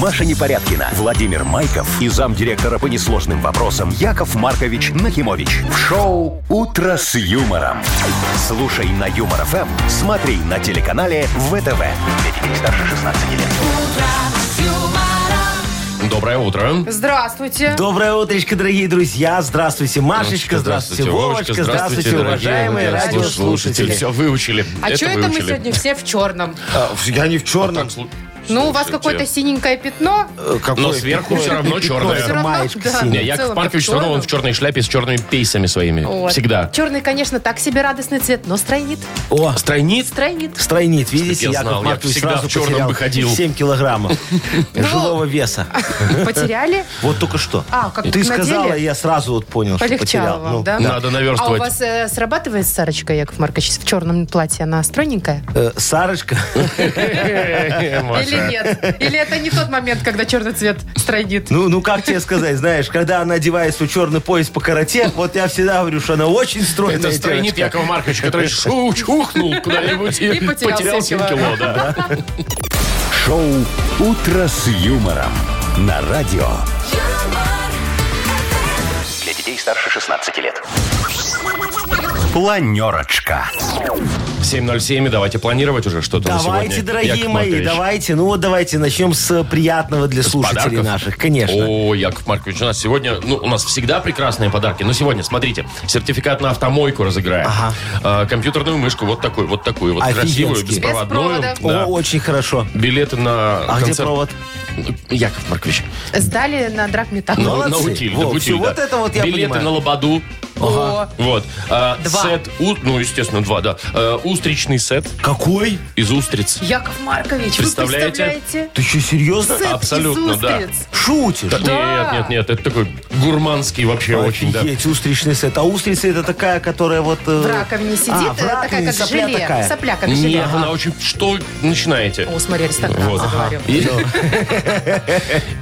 Маша Непорядкина, Владимир Майков и замдиректора по несложным вопросам Яков Маркович Нахимович. В шоу «Утро с юмором». Слушай на Юмор ФМ, смотри на телеканале ВТВ. Для детей старше 16 лет. Доброе утро. Здравствуйте. Доброе утречко, дорогие друзья. Здравствуйте, Машечка. Здравствуйте, Вовочка. Здравствуйте, дорогие уважаемые радиослушатели. радиослушатели. Все выучили. А что это мы выучили. сегодня все в черном? А, Я не в черном. Так, слу- Ну, у вас слушайте. какое-то синенькое пятно. Э, какое Но сверху пятно. все равно черное. Это Всё равно, маечка да. синяя. Не, в Э, Яков целом-то Маркович в все равно он в черном. черной шляпе с черными пейсами своими. Вот. Всегда. Черный, конечно, так себе радостный цвет, но стройнит. О, Стройниц? Стройнит. стройнит, видите, я знал, Яков я Маркович всегда сразу в Ну, черном потерял бы ходил. 7 килограммов жилого веса. Потеряли? Вот только что. А, как Ты надели? сказала, и я сразу вот понял, что Полегчало потерял. вам, Ну, да? Надо А у наверстывать. вас э, срабатывает Сарочка, Яков Маркович, в черном платье? Она стройненькая? э, Сарочка, Или нет? Или это не тот момент, когда черный цвет стройнит? ну, ну как тебе сказать, знаешь, когда она одевает свой черный пояс по карате, вот я всегда говорю, что она очень стройная Это стройнит девочка. Якова Маркович, который шу- чухнул куда-нибудь и И потерял потерял 7 семь кило. да. Шоу «Утро с юмором» на радио. Для детей старше 16 лет. Планерочка. 7.07, и давайте планировать уже что-то на сегодня. Давайте, дорогие Яков мои, Маркович. давайте. Ну вот давайте начнем с э, приятного для слушателей подарков? наших, конечно. О, Яков Маркович, у нас сегодня, ну, у нас всегда прекрасные подарки. Но сегодня, смотрите, сертификат на автомойку разыграем. Э, компьютерную мышку, вот такую, вот такую, вот красивую, Офигенски. беспроводную. Без О, Да. очень хорошо. Билеты на А где концерт. провод? Яков Маркович. Сдали на драгметалл. Ну, Молодцы. На утиль, Во, на утиль, всё, да. вот это вот я Билеты понимаю. на лободу. О, Вот. А, Два. Сет, у- ну, естественно, два, да. Э, устричный сет Какой? из устриц. Яков Маркович, вы Представляете? представляете? Ты что, серьезно? Сет Абсолютно, из да. устриц. Шутишь? Нет, нет, нет, это такой гурманский вообще очень, да. Офигеть, устричный сет. А устрица это такая, которая вот... э, В раковине сидит, а, в э, такая раковине, как сопля желе. такая. Сопля как желе. Нет, она очень... Что начинаете? О, смотри, аристократ Вот. заговорил. И-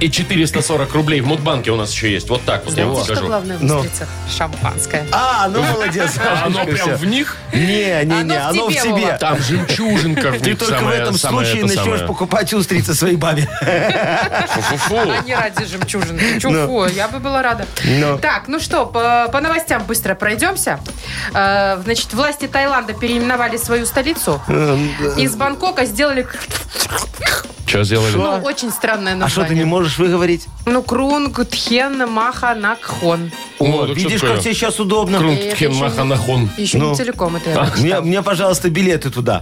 И 440 рублей в Мудбанке у нас еще есть. Вот так вот я вам Знаете, что скажу. главное в Ну. устрицах? Шампанское. А, ну молодец. А Оно Машечка, прям всё. в них? Не, не, не, Оно оно в в тебе, себе. Вова. Там жемчужинка в Ты них только в самая- этом самая случае это начнешь самая. покупать устрицы своей бабе. Фу-фу-фу. А не ради жемчужины. Чуху, я бы была рада. Ну. Так, ну что, по, по новостям быстро пройдемся. Э, значит, власти Таиланда переименовали свою столицу. Эм, э, Из Бангкока сделали Что сделали? ну, очень странное А что, ты не название. можешь выговорить? Ну, Крунг, Тхен, Маха, Накхон. О, Ну, так что видишь, такое? как тебе сейчас удобно. Крунт Хенмаханахон. Еще Ну. не целиком это я Мне, прочитала. мне, пожалуйста, билеты туда.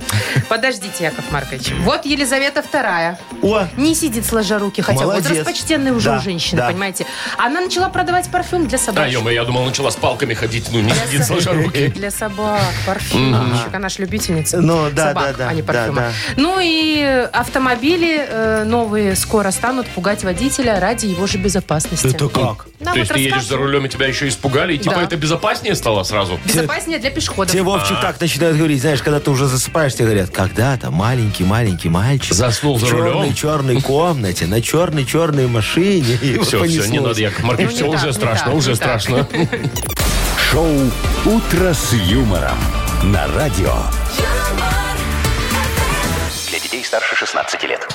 Подождите, Яков Маркович. Вот Елизавета Вторая. О, Не сидит сложа руки, хотя Молодец. возраст почтенный уже Да, у женщины, да. понимаете. Она начала продавать парфюм для Да, собачек. ё я думал, начала с палками ходить. Ну, А, не сидит сложа руки. Для собак, парфюмчик. Она ж любительница Ну, да, собак, да, да, а не да, парфюма. да. Ну и э, автомобили э, новые скоро станут пугать водителя ради его же безопасности. это ну как? Нам То есть вот ты едешь расскажут. за рулем, и тебя еще испугали, и типа Да. это безопаснее стало сразу? Безопаснее для пешеходов. Тебе, Вовчик, так начинают говорить, знаешь, когда ты уже засыпаешь, тебе говорят, когда-то маленький-маленький мальчик Заснул за в рулем. черной-черной комнате, на черной-черной машине. и вот Все, все, не понеслось. надо, Яков Маркович, Ну, не все, так, уже не страшно, так, уже не так. страшно. Шоу «Утро с юмором» на радио. Для детей старше 16 лет.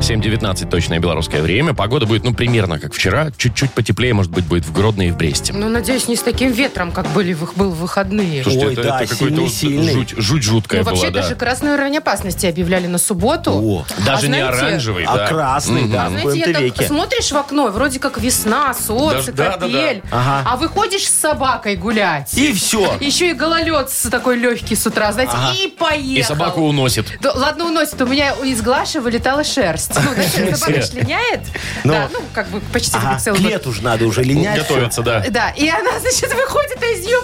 7.19 точное белорусское время. Погода будет, ну, примерно как вчера. Чуть-чуть потеплее, может быть, будет в Гродно и в Бресте. Ну, надеюсь, не с таким ветром, как были в их был в выходные. Слушай, Ой, да, какой-то вот сильный-сильный. жуть, жуть жуткая Ну, вообще, была, да. даже красный уровень опасности объявляли на субботу. О, Даже не А знаете- оранжевый, да. А красный, да, А в знаете, я коем-то так веке. смотришь в окно, вроде как весна, солнце, Да, да, да, капель, да. Ага. а выходишь с собакой гулять. И все. Еще и гололед с такой легкий с утра, знаете, и поехал. И собаку уносит. Да, ладно, уносит. У меня из Глаши вылетала шерсть. Ну, знаете, собака ж линяет. Ну. Да, ну, как бы почти Ага, как целый к год. лету же надо уже линять. Готовится, да. Да, и она, значит, выходит, а из нее...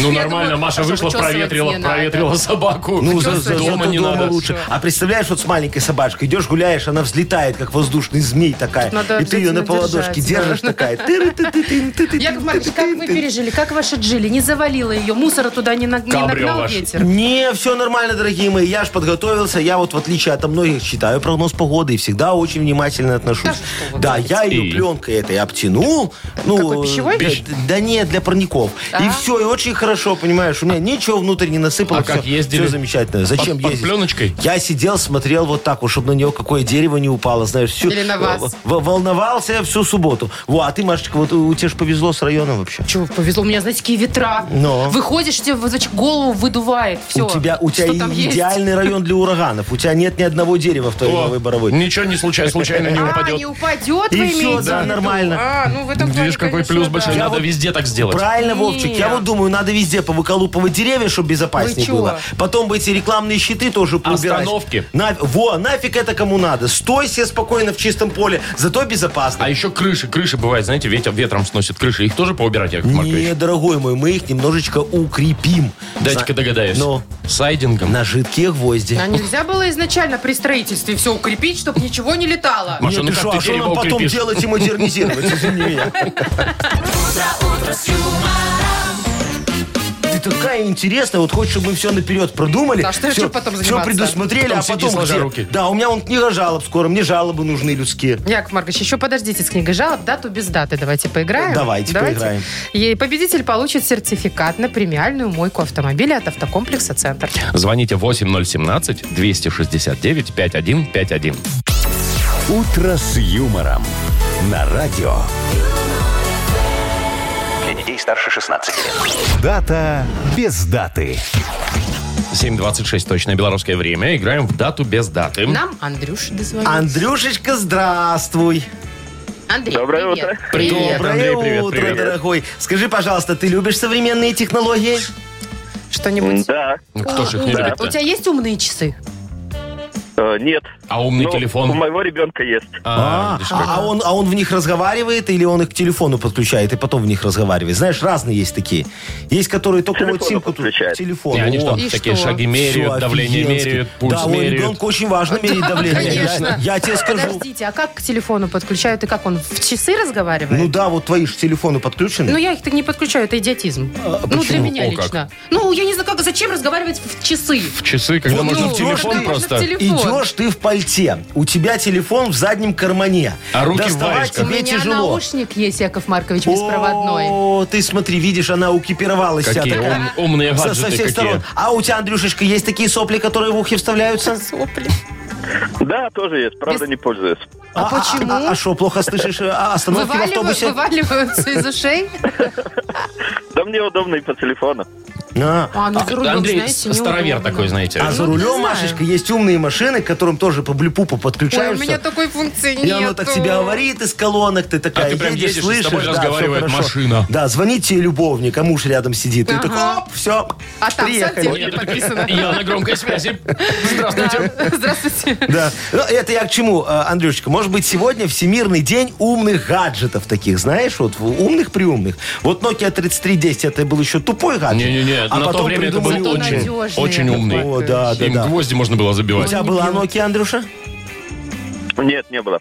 Ну, нормально, Маша вышла, проветрила, проветрила собаку. Ну, за, Чё за- с этим? дома зато не дома надо. лучше. А представляешь, вот с маленькой собачкой идешь, гуляешь, она взлетает, как воздушный змей такая. надо и ты ее на обязательно поводошке держать, да. держишь такая. Тыры-ты-ты-ты-ты-ты-ты-ты-ты. Яков Маркович, как вы пережили? Как ваша Джили? Не завалила ее? Мусора туда не, наг- не Кабрио нагнал ваш. ветер? Не, все нормально, дорогие мои. Я ж подготовился. Я вот, в отличие от многих, читаю прогноз погоды и всегда очень внимательно отношусь. Да что вы Да, я И? ее пленкой этой обтянул. Ну, Какой, пищевой? Да, да нет, для парников. И А. все, и очень хорошо, понимаешь, у меня ничего внутрь не насыпало. А как все, ездили? Все замечательно. Зачем Под- под ездить? пленочкой? Я сидел, смотрел вот так вот, чтобы на него какое дерево не упало, знаешь, всю... Или на вас. в- волновался я всю субботу. Во, а ты, Машечка, вот у тебя же повезло с районом вообще. Чего повезло, у меня, знаете, какие ветра. Но. Выходишь, тебе вот, значит, голову выдувает. Все. у тебя, у тебя что там есть. идеальный район для ураганов. У тебя нет ни одного дерева в твоей О, новой боровой. Ничего не случайно, случайно не А, не упадет. упадет, И вы всё, имеете да, в виду? нормально. А, ну в этом плане, Видишь, какой конечно, плюс да. большой. Я Надо вот везде так сделать. Правильно, Вовчик. Я Не. вот думаю, надо везде повыколупывать деревья, чтобы Вы безопаснее чего? было. Потом бы эти рекламные щиты тоже поубирать. Остановки. На- во, нафиг это кому надо. Стой себе спокойно в чистом поле, зато безопасно. А еще крыши, крыши бывает, знаете, ветер ветром сносит крыши. Их тоже поубирать, Яков Не, Маркович? дорогой мой, мы их немножечко укрепим. Дайте-ка На- догадаюсь. Ну, Сайдингом. на жидкие гвозди. А нельзя было изначально при строительстве все укрепить, чтобы ничего не летало? Маш, Нет, ну ты как шо, ты а что дерево нам потом укрепишь? делать и модернизировать? Извини меня. Ты такая интересная, вот хочешь, чтобы мы все наперед продумали, Да, что все, еще потом заниматься? предусмотрели, Потом а сиди, потом сложа где? руки. Да, у меня вон книга жалоб скоро, мне жалобы нужны людские. Яков Маркович, еще подождите с книгой жалоб. Дату без даты давайте поиграем. Давайте поиграем. И победитель получит сертификат на премиальную мойку автомобиля от автокомплекса «Центр». Звоните 8017-269-5151. «Утро с юмором» на радио. Для детей старше 16 лет. Дата без даты. 7.26 точное белорусское время. Играем в дату без даты. Нам Андрюша дозвонился. Андрюшечка, здравствуй. Андрей, Доброе привет. утро. Привет, Доброе Андрей, привет, утро, привет. дорогой. Скажи, пожалуйста, ты любишь современные технологии? Что-нибудь? Да. Ну кто же их не Да. любит У тебя есть умные часы? Э, Нет. А умный Ну, У телефон? моего ребенка есть. А, А, видишь как. а он, а он в них разговаривает или он их к телефону подключает и потом в них разговаривает? Знаешь, разные есть такие. Есть, которые только Телефону вот симку подключает. телефон. Не, они О, что, И такие что? шаги всё меряют, давление офигенски. меряют, пульс Да, у меряют. ребенка очень важно мерить давление. конечно. реально. Я тебе скажу. Подождите, а как к телефону подключают и как он в часы разговаривает? Ну да, вот твои же телефоны Ну, подключены. я их так не подключаю, это идиотизм. ну, для А, почему? меня О, как. лично. Ну, я не знаю, как, зачем разговаривать в часы? В часы, когда Вот, можно ну, в телефон когда можно в просто... теле- телефон. Идешь ты в пальте, у тебя телефон в заднем кармане. А руки варишь Доставать как? У тебе меня тяжело. наушник есть, Яков Маркович, ну, беспроводной. О, ты смотри, видишь, она укипировалась вся Какие такая. ум- умные Со, гаджеты со всех какие. сторон. А у тебя, Андрюшечка, есть такие сопли, которые в ухе вставляются? Сопли. Да, тоже есть. Правда, Без- не пользуюсь. А, почему? А что, плохо слышишь а, типа, остановки в Вываливают- автобусе? вываливаются из ушей. Да мне удобно и по телефону. А. А, ну, за рулем, Андрей знаете, с- старовер неудобно. такой, знаете. А за Ну, не рулем, знаю. Машечка, есть умные машины, к которым тоже по блюпупу Ой, у подключаешься. меня такой функции нет. И оно так тебя говорит из колонок, ты такая А ты прям едешь, и с слышишь, тобой да, разговаривает всё хорошо. машина. Да, звони тебе любовник, а муж рядом сидит. И Ага. ты так, оп, все, А там Ой, приехали. сантехник. я тут- Подписано. Я на громкой связи. Здравствуйте. Здравствуйте. Да. Ну, Это я к чему, э, Андрюшечка? Может быть, сегодня Всемирный день умных гаджетов таких, знаешь, вот в- умных-приумных. Вот Nokia 3310, это был еще тупой гаджет. Не-не-не, а на то потом время это придумали был Зато очень, надежный, очень Яков умный. О, да, да, Им да. гвозди можно было У забивать. тебя была Nokia, Андрюша? Нет, не было.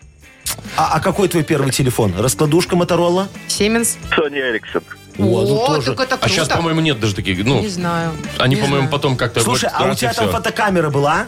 А, а какой твой первый телефон? Раскладушка Моторола? Сименс. Сони Эриксон. ну О, тоже. так это А сейчас, круто. по-моему, нет даже таких. Ну, Не знаю. они, не по-моему, знаю. потом как-то... Слушай, вот а у раз и тебя там всё. фотокамера была?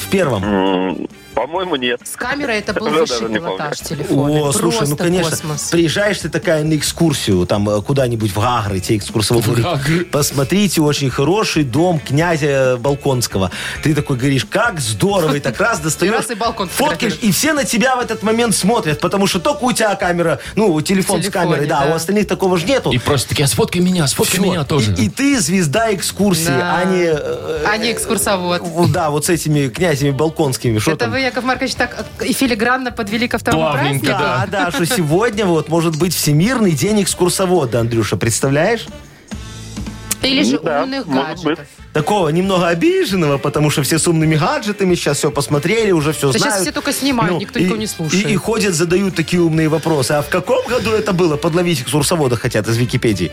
В первом? М, По-моему, нет. С камерой это был Ну, высший даже не пилотаж телефона. О, слушай, ну Просто конечно, космос. приезжаешь ты такая на экскурсию, там э, куда-нибудь в Гагры, тебе экскурсовод говорит, Гагры. посмотрите, очень хороший дом князя э, Балконского. Ты такой говоришь, как здорово, и так раз достаешь, раз и балкон фоткаешь, фотографируешь. и все на тебя в этот момент смотрят, потому что только у тебя камера, ну, телефон с телефоне, камерой, да, да. а у остальных такого же нету. И просто такие, а сфоткай меня, сфоткай Всё. меня тоже. И, и ты звезда экскурсии, Да. а не... э, А не экскурсовод. вот, да, вот с этими князями балконскими. Что Это там? вы, Яков Маркович, так э, и филигранно подвели ко второму Плавненько, празднику? Да, да, что сегодня вот может быть всемирный день экскурсовода, Андрюша, представляешь? Или же Ну да, умных может гаджетов? Такого немного обиженного, потому что все с умными гаджетами сейчас все посмотрели, уже все Да знают. Ну, сейчас все только снимают, никто и- никого не слушает. И, и ходят, задают такие умные вопросы. А в каком году это было? Подловить экскурсовода хотят из Википедии.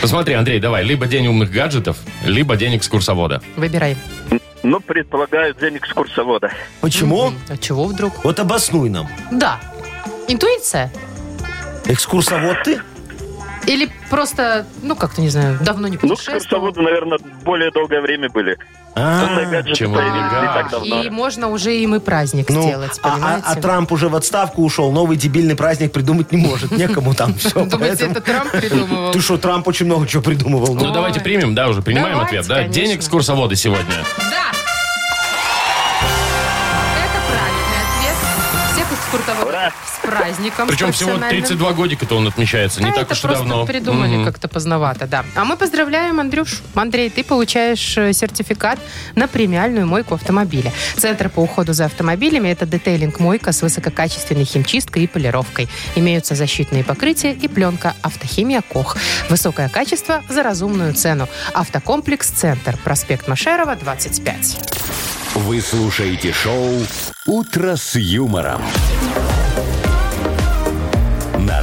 Посмотри, Андрей, давай, либо день умных гаджетов, либо день экскурсовода. Выбирай. Ну, предполагаю, день экскурсовода. Почему? А чего вдруг? Вот обоснуй нам. Да. Интуиция? Экскурсовод ты? Или просто, ну, как-то, не знаю, давно не Ну, путешествовал. экскурсоводы, наверное, более долгое время были. А? Просто гаджеты чем появились не элегантно. так и давно. можно уже им и праздник Ну, сделать, а- а, понимаете? а Трамп уже в отставку ушел, новый дебильный праздник придумать не может, некому там все. Думаете, это Трамп придумывал? Ты что, Трамп очень много чего придумывал. Ну, Ну, давайте примем, да, уже принимаем Давайте, ответ, да? конечно. День экскурсовода сегодня. Да! Это правильный ответ. Всех экскурсоводов Ура! с праздником. Причем всего профессиональным. 32 годика-то он отмечается, не Да, так А это уж и просто давно. придумали Мгм. как-то поздновато, да. А мы поздравляем Андрюш. Андрей, ты получаешь э, сертификат на премиальную мойку автомобиля. Центр по уходу за автомобилями – это детейлинг-мойка с высококачественной химчисткой и полировкой. Имеются защитные покрытия и пленка «Автохимия КОХ». Высокое качество за разумную цену. Автокомплекс «Центр», проспект Машерова, 25. Вы слушаете шоу «Утро с юмором». На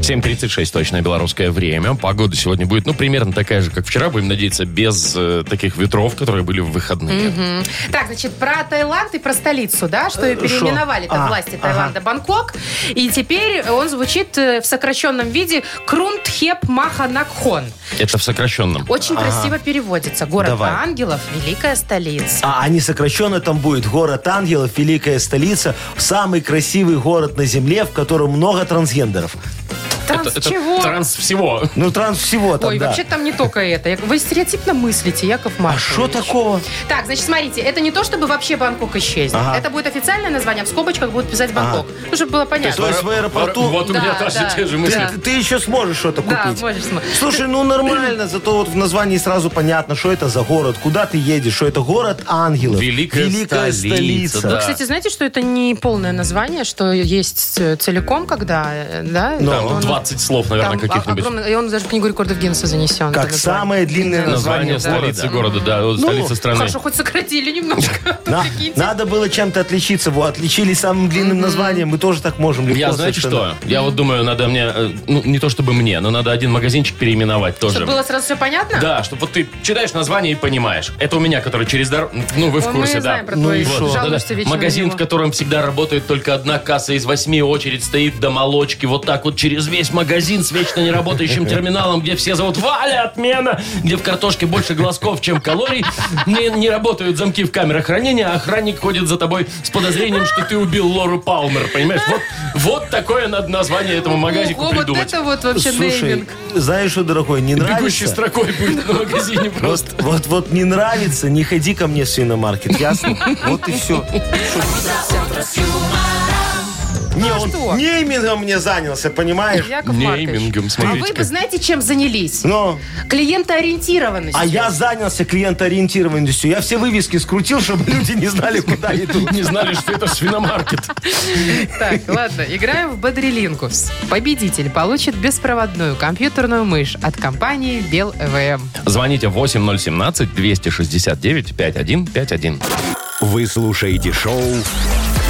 7.36 точное белорусское время. Погода сегодня будет, ну, примерно такая же, как вчера. Будем надеяться, без э, таких ветров, которые были в выходные. Так, значит, про Таиланд и про столицу, да, что и переименовали там А, власти Таиланда Бангкок. И теперь он звучит э, в сокращенном виде Крунтхеп Маханакхон. Это в сокращенном. Очень красиво переводится. Город Давай. ангелов, великая столица. А они сокращенно там будет. Город ангелов, великая столица, самый красивый город на земле, в котором много трансгендеров. А, Транс это, это чего? транс всего. Ну, транс всего там, Ой, да. вообще там не только это. Я- Вы стереотипно мыслите, Яков А Маркович. что такого? Так, значит, смотрите, это не то, чтобы вообще Бангкок исчезнет. Ага. Это будет официальное название, в скобочках будут писать Бангкок. Ну, чтобы было понятно. То есть в аэропорту- Вот у меня Да, тоже А да. те же Ты, мысли. ты- ты еще сможешь что-то Да, купить. можешь смотреть. Слушай, ну нормально, зато вот в названии сразу понятно, что это за город, куда ты едешь, что это город ангелов. Великая столица, да. Вы, кстати, знаете, что это не полное название, что есть э, целиком, когда, э, да? Ну, Там Он- 20 слов, там наверное, каких-нибудь. огромное- и он даже в книгу рекордов Гиннесса занесен. Как это название. самое длинное название Название столицы города, города. да, вот Ну, столица страны. Хорошо, хоть сократили немножко. Ну, На- Прикиньте. надо было чем-то отличиться. Во, отличились самым длинным названием. Мы тоже так можем легко Я, знаете совершенно. что? Я вот думаю, надо мне, э, ну, не то чтобы мне, но надо один магазинчик переименовать тоже. Чтобы было сразу все понятно? Да, чтобы вот ты читаешь название и понимаешь. Это у меня, который через дорогу... Ну, вы в Ой, курсе, мы да. знаем про Ну твои и шо? да, да. жалуешься вечно на Магазин, него. в котором всегда работает только одна касса из восьми, очередь стоит до молочки, вот так вот через весь магазин с вечно неработающим терминалом, где все зовут «Валя, отмена!», где в картошке больше глазков, чем калорий, не, не работают замки в камерах хранения, а охранник ходит за тобой с подозрением, что ты убил Лору Палмер, понимаешь? Вот, вот такое надо название этому магазику Ого, вот придумать. это вот вообще Слушай, нейминг. знаешь что, дорогой, не Бегущей нравится? строкой будет на магазине просто. Вот, вот, вот не нравится, не ходи ко мне в свиномаркет, ясно? Вот и все. Не, что? он неймингом мне занялся, понимаешь? Яков Маркович. Неймингом, А смотрите вы бы знаете, чем занялись? Но, Клиентоориентированностью. Ну. а я занялся клиентоориентированностью. Я все вывески скрутил, чтобы люди не знали, куда идут. Не знали, что это свиномаркет. Так, ладно, играем в Бодрилингус. Победитель получит беспроводную компьютерную мышь от компании Бел ЭВМ. Звоните 8017-269-5151. Вы слушаете шоу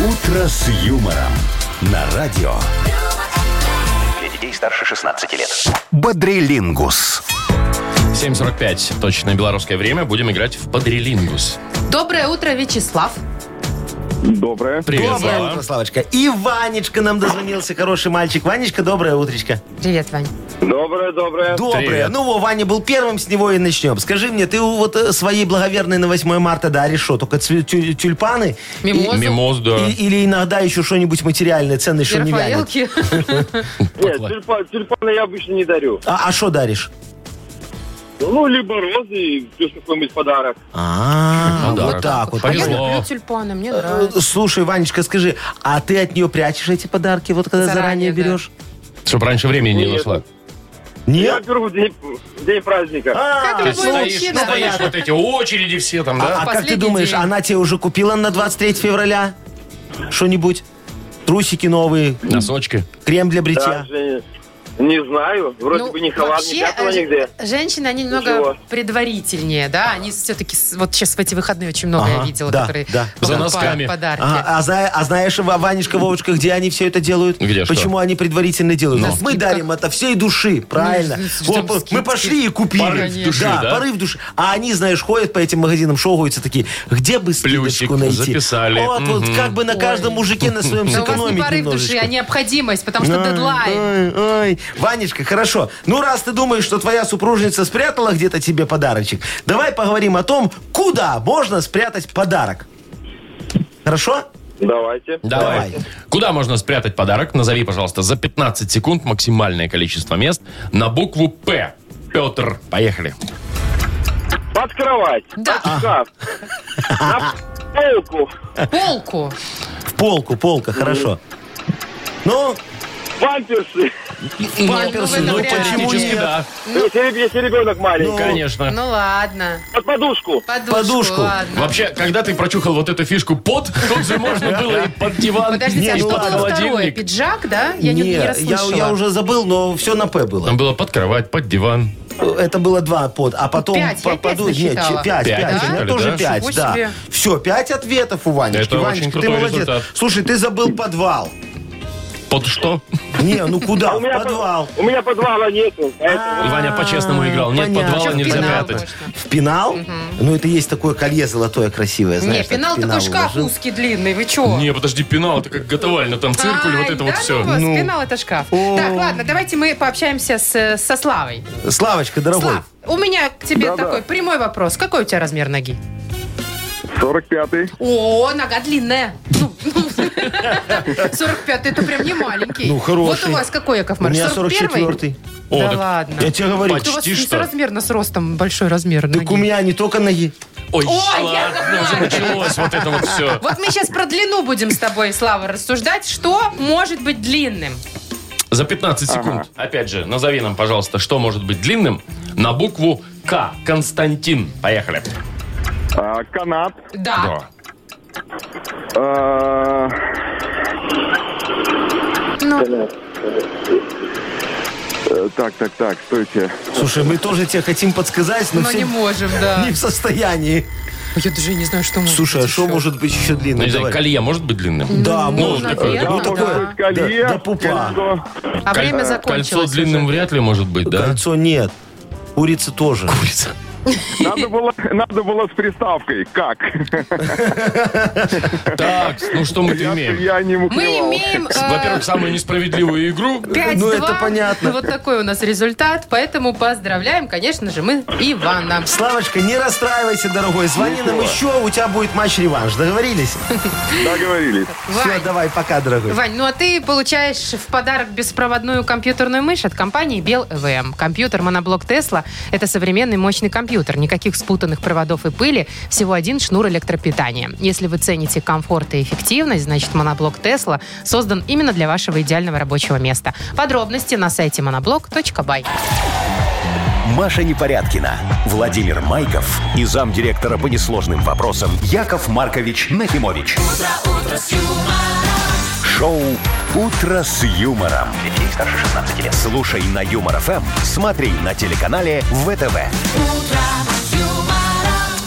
«Утро с юмором». На радио. Для детей старше 16 лет. Бодрилингус. 7.45. Точное белорусское время. Будем играть в Подрелингус. Доброе утро, Вячеслав. Доброе. Привет, Доброе Слава. утро, Славочка. И Ванечка нам дозвонился, хороший мальчик. Ванечка, доброе утречко. Привет, Вань. Доброе, доброе. Доброе. Привет. Ну, во, Ваня был первым, с него и начнем. Скажи мне, ты вот э, своей благоверной на 8 марта даришь что, только цве- тю- тюльпаны? И- Мимозу. Мимоз, да. и- или иногда еще что-нибудь материальное, ценное, И что не вянет? Рафаэлки. Нет, тюльпан- тюльпаны я обычно не дарю. А что даришь? Ну, либо розы, плюс какой-нибудь подарок. А, Подарок. вот так вот. А я Ну Повезло. люблю тюльпаны, мне Э, нравится. Слушай, Ванечка, скажи, а ты от нее прячешь эти подарки, вот когда Заранее, заранее, да. берешь? Чтобы раньше времени не Нет. нашла. Я беру в день, в день праздника. А, Как любой Стоишь, мужчина. стоишь, вот эти очереди все там, а- а да? как ты последний думаешь, день. она тебе уже купила на 23 февраля что-нибудь? Трусики новые, Носочки. А, крем для бритья. Даже, Не знаю. Вроде Ну, бы не халат, вообще, не пятого э, нигде. Женщины, они немного Ничего. предварительнее, да? Они все-таки, вот сейчас в эти выходные очень много я Ага, видела, да, которые да. За покупают носками. подарки. А, а зна- а знаешь, Ва- Ванечка, Вовочка, где они все это делают? Где что? Ну. Почему они предварительно делают? На Мы скидках. дарим это всей души, правильно? Ну, что Вот, там мы скидки? пошли и купили. Порыв души, да? порыв души. А они, знаешь, ходят по этим магазинам, шогаются такие, где бы Плюсик скидочку найти? записали. Вот, вот, как бы на каждом мужике на своем Да у вас не сэкономить порыв души, немножечко. а необходимость, потому что Ай, дедлайн. ай, ай. Ванечка, хорошо. Ну, раз ты думаешь, что твоя супружница спрятала где-то тебе подарочек, давай поговорим о том, куда можно спрятать подарок. Хорошо? Давайте. Давай. Давай. Куда можно спрятать подарок? Назови, пожалуйста, за 15 секунд максимальное количество мест на букву «П». Петр, поехали. Под кровать. Да. Под шкаф. На полку. Полку. В полку, полка, хорошо. Ну, Памперсы. памперсы, ну, ну, в этом почему теоретически, нет? да. Если реб- если ребенок маленький. Конечно. Ну ладно. Под подушку. Подушку, Подушку. ладно. Вообще, когда ты прочухал вот эту фишку под, тут же можно было и под диван, Подождите, а и что под было второе? холодильник. Пиджак, да? Я не, не ну, я, расслышала. я уже забыл, но все на П Там было. было под кровать, под диван. Это было два под, а потом Пять, я пять попаду- Нет, насчитала. че- пять, Пять пять. У меня насчитали, да? тоже пять, Ничего да. себе. Все, пять ответов у Ванечки. Это очень Ванечка, ты крутой молодец. результат. Слушай, ты забыл подвал. Под что? Не, ну куда? У В меня под- подвал. У меня подвала нету. поэтому- Ваня по-честному играл. Нет, понятно. подвала Чё, в нельзя пенал прятать. можно? В пенал? Ну, это есть такое колье золотое красивое, Не, знаешь. так пенал в такой шкаф уложил. узкий, длинный, вы чего? Не, подожди, пенал, это как готовально, там циркуль, вот это вот все. Ну, пенал это шкаф. Так, ладно, давайте мы пообщаемся с, э, со Славой. Славочка, дорогой. Слав, у меня к тебе Да-да. такой прямой вопрос. Какой у тебя размер ноги? 45-й. О, нога длинная. Ну, ну, 45 это прям не маленький. Ну, хороший. Вот у вас какой, Яков У Маркович? меня 44-й. О, Да так ладно. Я тебе говорю. Вот у вас Почти что. несоразмерно с ростом большой размер Так у ноги. меня не только ноги. Ой, Ой, ладно, уже началось вот это вот все. Вот мы сейчас про длину будем с тобой, Слава, рассуждать. Что может быть длинным? За 15 секунд, опять же, назови нам, пожалуйста, что может быть длинным на букву К. Константин. Поехали. А, канат. Да. Да. А, Ну, э, Так, так, так, стойте. Слушай, мы тоже тебе хотим подсказать, но, но все не можем, да. Ну, не в состоянии. Я даже не знаю, что может Слушай, а быть что еще. может быть еще Ну, длинным? не знаю, Давай. колье может быть длинным? э, Да, Ну, можно. наверное, Ну, да. такое. Колье, Да, да пупа. кольцо. А время Коль- Кольцо закончилось длинным уже. вряд ли может быть, да? Кольцо нет. Курица тоже. Надо было, надо было с приставкой. Как? Так, ну что мы имеем? Я не Мы мухлевал. имеем... э, Во-первых, самую несправедливую игру. 5-2. Ну, это понятно. Вот такой у нас результат. Поэтому поздравляем, конечно же, мы Ивана. Славочка, не расстраивайся, дорогой. Звони нам еще, у тебя будет матч-реванш. Договорились? Договорились. Все, Вань, давай, пока, дорогой. Вань, ну а ты получаешь в подарок беспроводную компьютерную мышь от компании Бел ЭВМ. Компьютер моноблок Тесла – это современный мощный компьютер. Никаких спутанных проводов и пыли, всего один шнур электропитания. Если вы цените комфорт и эффективность, значит моноблок Тесла создан именно для вашего идеального рабочего места. Подробности на сайте monoblock.by. Маша Непорядкина, Владимир Майков и замдиректора по несложным вопросам Яков Маркович Нахимович. Шоу Утро с юмором. Детей старше 16 лет. Слушай на юмор ФМ, смотри на телеканале ВТВ.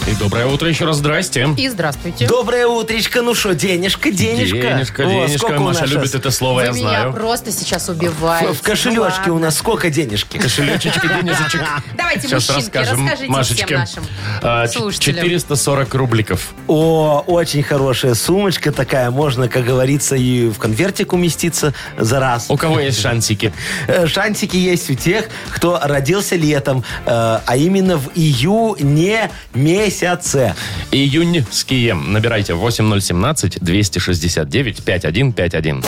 И доброе утро еще раз, здрасте. И здравствуйте. Доброе утречко. Ну что, денежка, денежка? Денежка, О, денежка. сколько у Маша нас любит щас? это слово, Вы я меня знаю. просто сейчас убиваете. В- В кошелечке Ну у ладно. нас сколько денежки? Кошелечечек, и денежечек. Давайте, Сейчас мужчинки, расскажем расскажите Машечке. всем нашим А, ч- слушателям. 440 рубликов. О, очень хорошая сумочка такая. Можно, как говорится, и в конвертик уместиться за раз. У кого есть шансики? Э, Шансики есть у тех, кто родился летом, э, а именно в июне месяце. Июньские. Набирайте 8017-269-5151.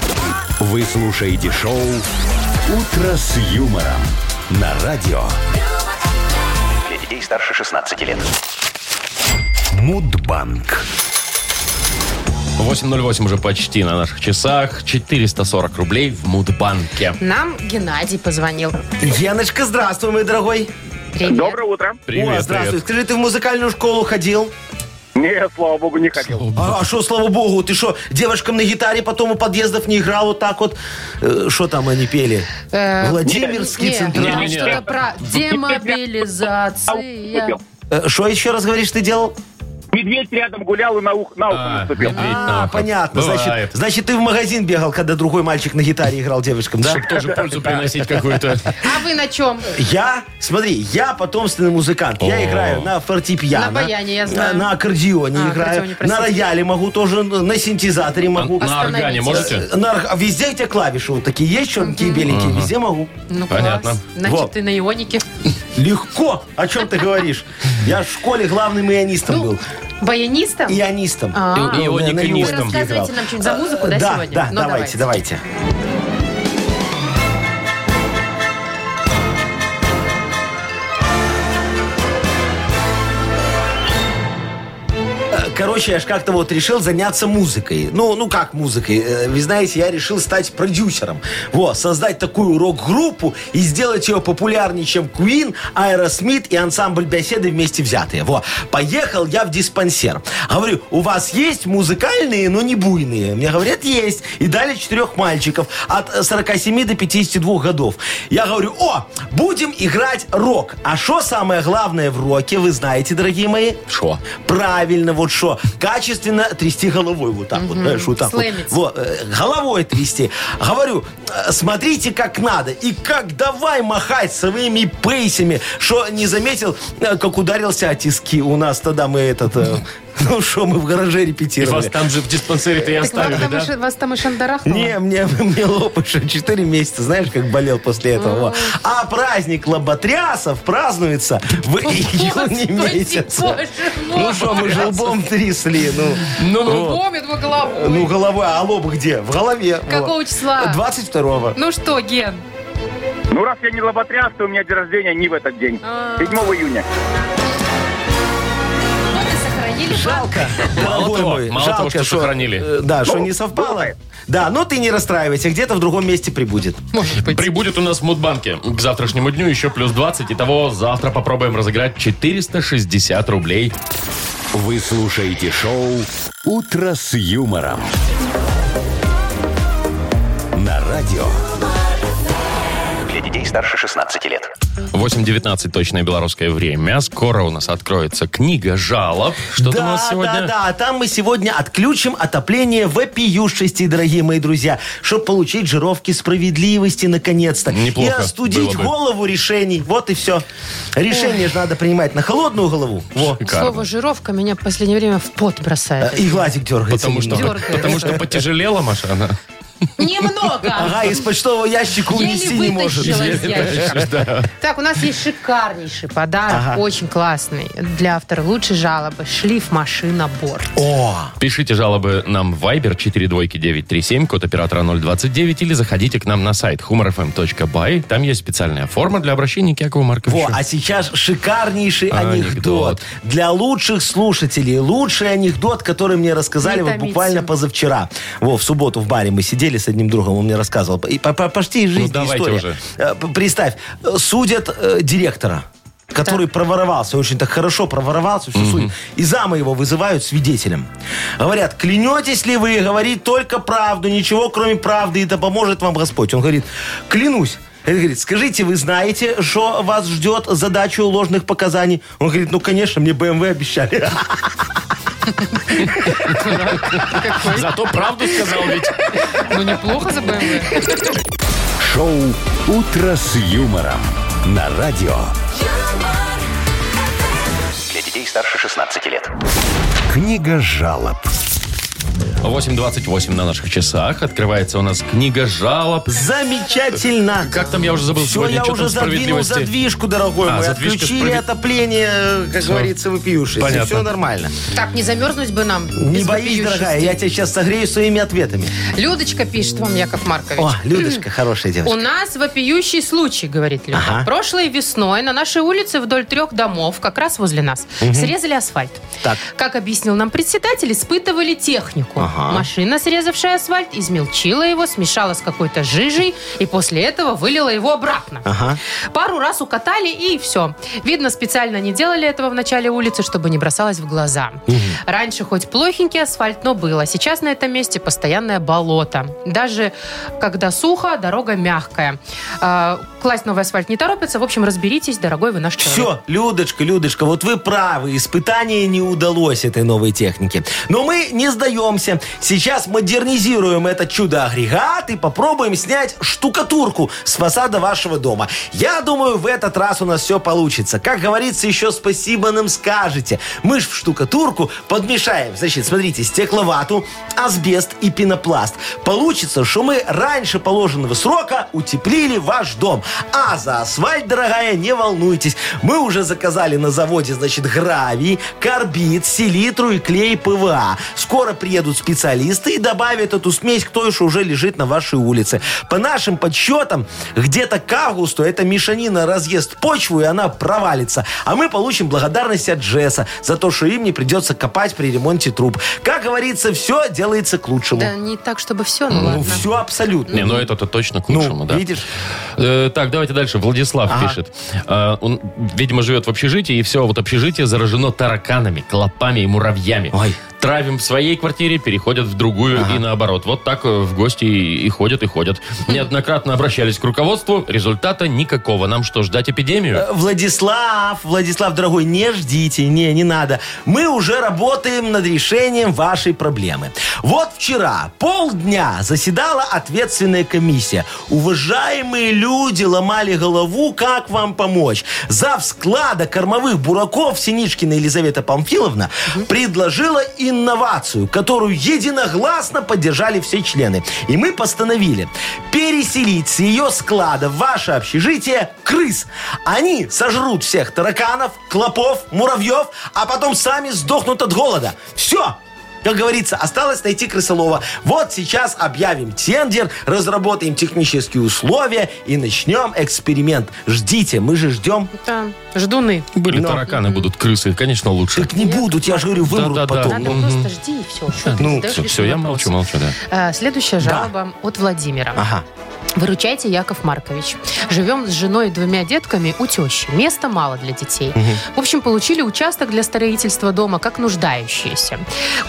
Вы слушаете шоу Утро с юмором на радио Для детей старше 16 лет. Мудбанк. 8.08 уже почти на наших часах. 440 рублей в Мудбанке. а Нам Геннадий позвонил. Геночка, здравствуй, мой дорогой. Привет. Доброе утро. Привет, О, здравствуй. привет. Скажи, ты в музыкальную школу ходил? Не, слава богу, не хотел. А что, слава богу, ты что, девушкам на гитаре потом у подъездов не играл вот так вот? Что там они пели? Э, Владимирский Нет, там центральный. Не-не-не. что-то про демобилизация. Что Э, еще раз говоришь, ты делал? Медведь рядом гулял и на ухо, на ухо А, наступил. медведь на А, ухо. понятно. Бывает. Значит, значит, ты в магазин бегал, когда другой мальчик на гитаре играл девочкам, да? Чтобы тоже пользу приносить какую-то. А вы на чем? Я, смотри, я потомственный музыкант. О. Я играю на фортепиано. На баяне, я знаю. На, на аккордеоне А, аккордеоне, играю. простите. на рояле могу тоже, на синтезаторе могу. А, Э, На органе Остановитесь. можете? На орг- везде, где клавиши вот такие есть, черненькие, беленькие, везде могу. Ну, Понятно. класс. Значит, Во. ты на ионике. Легко. О чем ты говоришь? Я в школе главным ионистом был. баянистом? Ионистом. Ну. А. И- и На- на иониконистом. Вы ионике рассказываете играл. Э, нам что-нибудь за музыку, да, да сегодня? Да, Ну, давайте, давайте. Э, Короче, я ж как-то вот решил заняться музыкой. Ну, ну как музыкой? Э, Вы знаете, я решил стать продюсером. Вот, создать такую рок-группу и сделать ее популярнее, чем Queen, Aerosmith и ансамбль беседы вместе взятые. Во, поехал я в диспансер. Говорю, у вас есть музыкальные, но не буйные? Мне говорят, есть. И дали четырех мальчиков от э, 47 до 52 годов. Я говорю, о, будем играть рок. А что самое главное в роке, вы знаете, дорогие мои? Что? Правильно, вот что. Качественно трясти головой вот так вот, знаешь, вот так вот. Слэмиться. Во, э, головой трясти. Говорю, э, смотрите, как надо. И как давай махать своими пейсами, что не заметил, э, как ударился о тиски. У нас тогда мы этот... э, Ну что, мы в гараже И репетировали. вас там же в диспансере-то и Так вам оставили, там и да? ш- вас там и шандарахнуло? Не, мне, мне лоб еще 4 месяца, знаешь, как болел после этого. во. А праздник лоботрясов празднуется в июне Господи, месяце. боже мой. Ну что, мы же лбом трясли, ну. Ну, ну, Лбом и двумя головой. Ну, головой, а лоб где? В голове. во. Какого числа? 22-го. Ну что, Ген? Ну, раз я не лоботряс, то у меня день рождения не в этот день. 7 А. июня. Вот и сохранили банк. Жалко, Мало дорогой того, мой, мало того, жалко, что сохранили. э, Да, что не совпало. бывает. Да, но ты не расстраивайся, где-то в другом месте прибудет. Может быть. Прибудет у нас в Мудбанке к завтрашнему дню еще плюс 20. Итого завтра попробуем разыграть 460 рублей. Вы слушаете шоу «Утро с юмором». На радио. Для детей старше 16 лет. 8.19 точное белорусское время. Скоро у нас откроется книга жалоб. Что там у нас сегодня? да, да. Там мы сегодня отключим отопление вопиюшести, дорогие мои друзья, чтобы получить жировки справедливости наконец-то. Неплохо И было остудить бы. голову решений. Вот и все. Решение же надо принимать на холодную голову. Во. Шикарно. Слово «жировка» меня в последнее время в пот бросает. И глазик дергается. Потому что, немного. Дергается. потому что потяжелела, Маша, она. Ага, Немного. из почтового ящика унести не Еле может. вытащила из ящика. Так, у нас есть шикарнейший подарок, очень классный. Для автора лучшей жалобы. Шлиф машина борт. О, Пишите жалобы нам в Viber 42937, код оператора 029, или заходите к нам на сайт humorfm.by. Там есть специальная форма для обращения к Якову Марковичу. во, а сейчас шикарнейший Анекдот. анекдот. Для лучших слушателей. Лучший анекдот, который мне рассказали Не вот томите. буквально позавчера. Во, в субботу в баре мы сидели с одним другом, он мне рассказывал. И по- по- почти из жизни Ну, давайте история. уже. Э, п- Представь, э, судят э, директора который проворовался, очень так хорошо проворовался, всю суть. И зама его вызывают свидетелем. Говорят, клянетесь ли вы говорить только правду, ничего кроме правды, и да поможет вам Господь. Он говорит, клянусь. Он говорит, скажите, вы знаете, что вас ждет задача ложных показаний? Он говорит, ну, конечно, мне БМВ обещали. Зато правду сказал ведь. Ну, неплохо за БМВ. Шоу «Утро с юмором». На радио. Для детей старше 16 лет. Книга жалоб. 8.28 на наших часах. Открывается у нас книга жалоб. Замечательно. Как там я уже забыл Все, сегодня? я что уже там задвинул справедливости? задвижку, дорогой А, мой. задвижка Отключили справед- отопление, э, как Всё. говорится, выпившись. Понятно. Все нормально. Так, не замерзнуть бы нам. Не без боись, вопиющести. дорогая, я тебя сейчас согрею своими ответами. Людочка пишет вам, Яков Маркович. О, Людочка, хорошая У девочка. нас вопиющий случай, говорит Люда. Ага. Прошлой весной на нашей улице вдоль трех домов, как раз возле нас, срезали асфальт. Так. Как объяснил нам председатель, испытывали технику. Ага. Машина, срезавшая асфальт, измельчила его, смешала с какой-то жижей и после этого вылила его обратно. Ага. Пару раз укатали и все. Видно, специально не делали этого в начале улицы, чтобы не бросалось в глаза. Раньше хоть плохенький асфальт, но было. Сейчас на этом месте постоянное болото. Даже когда сухо, дорога мягкая. А, класть новый асфальт не торопится. В общем, разберитесь, дорогой вы наш человек. Все, Людочка, Людочка, вот вы правы, испытание не удалось этой новой технике. Но мы не сдаемся. Сейчас модернизируем это чудо-агрегат и попробуем снять штукатурку с фасада вашего дома. Я думаю, в этот раз у нас все получится. Как говорится, еще спасибо нам скажете. Мы ж в штукатурку подмешаем, значит, смотрите, стекловату, асбест и пенопласт. Получится, что мы раньше положенного срока утеплили ваш дом. А за асфальт, дорогая, не волнуйтесь. Мы уже заказали на заводе, значит, гравий, карбид, селитру и клей ПВА. Скоро приедут специалисты и добавят эту смесь к той, что уже лежит на вашей улице. По нашим подсчетам, где-то к августу эта мешанина разъест почву, и она провалится. А мы получим благодарность от Джесса за то, что им не придется копать при ремонте труб. Как говорится, все делается к лучшему. Да не так, чтобы все, ну Ну, ладно. все абсолютно. Не, ну это-то точно к Ну, лучшему, да. видишь? Э, так, давайте дальше. Владислав пишет. Э, он, видимо, живет в общежитии, и все, вот общежитие заражено тараканами, клопами и муравьями. Ой. Травим в своей квартире, переходят в другую и наоборот. Вот так э, в гости и, и ходят, и ходят. Неоднократно обращались к руководству, результата никакого. Нам что, ждать Э, эпидемию? Владислав, Владислав, дорогой, не ждите, не, не надо. Мы уже работаем над решением вашей проблемы. Вот вчера полдня заседала ответственная комиссия. Уважаемые люди ломали голову, как вам помочь. За склада кормовых бураков Синичкина Елизавета Памфиловна предложила инновацию, которую единогласно поддержали все члены. И мы постановили переселить с ее склада в ваше общежитие крыс. Они сожрут всех тараканов, клопов, муравьев, а потом сами сдохнут от голода. Все! Как говорится, осталось найти крысолова. Вот сейчас объявим тендер, разработаем технические условия и начнем эксперимент. Ждите, мы же ждем. Да, ждуны. Были тараканы, будут крысы, конечно, лучше. Так не будут, я же говорю, вымрут Да-да-да. потом. Надо Мгм. просто жди и все. Ну, все, я молчу, молчу, да. А, Следующая жалоба от Владимира. Ага. Выручайте, Яков Маркович. Живем с женой и двумя детками у тещи. Места мало для детей. В общем, получили участок для строительства дома, как нуждающиеся.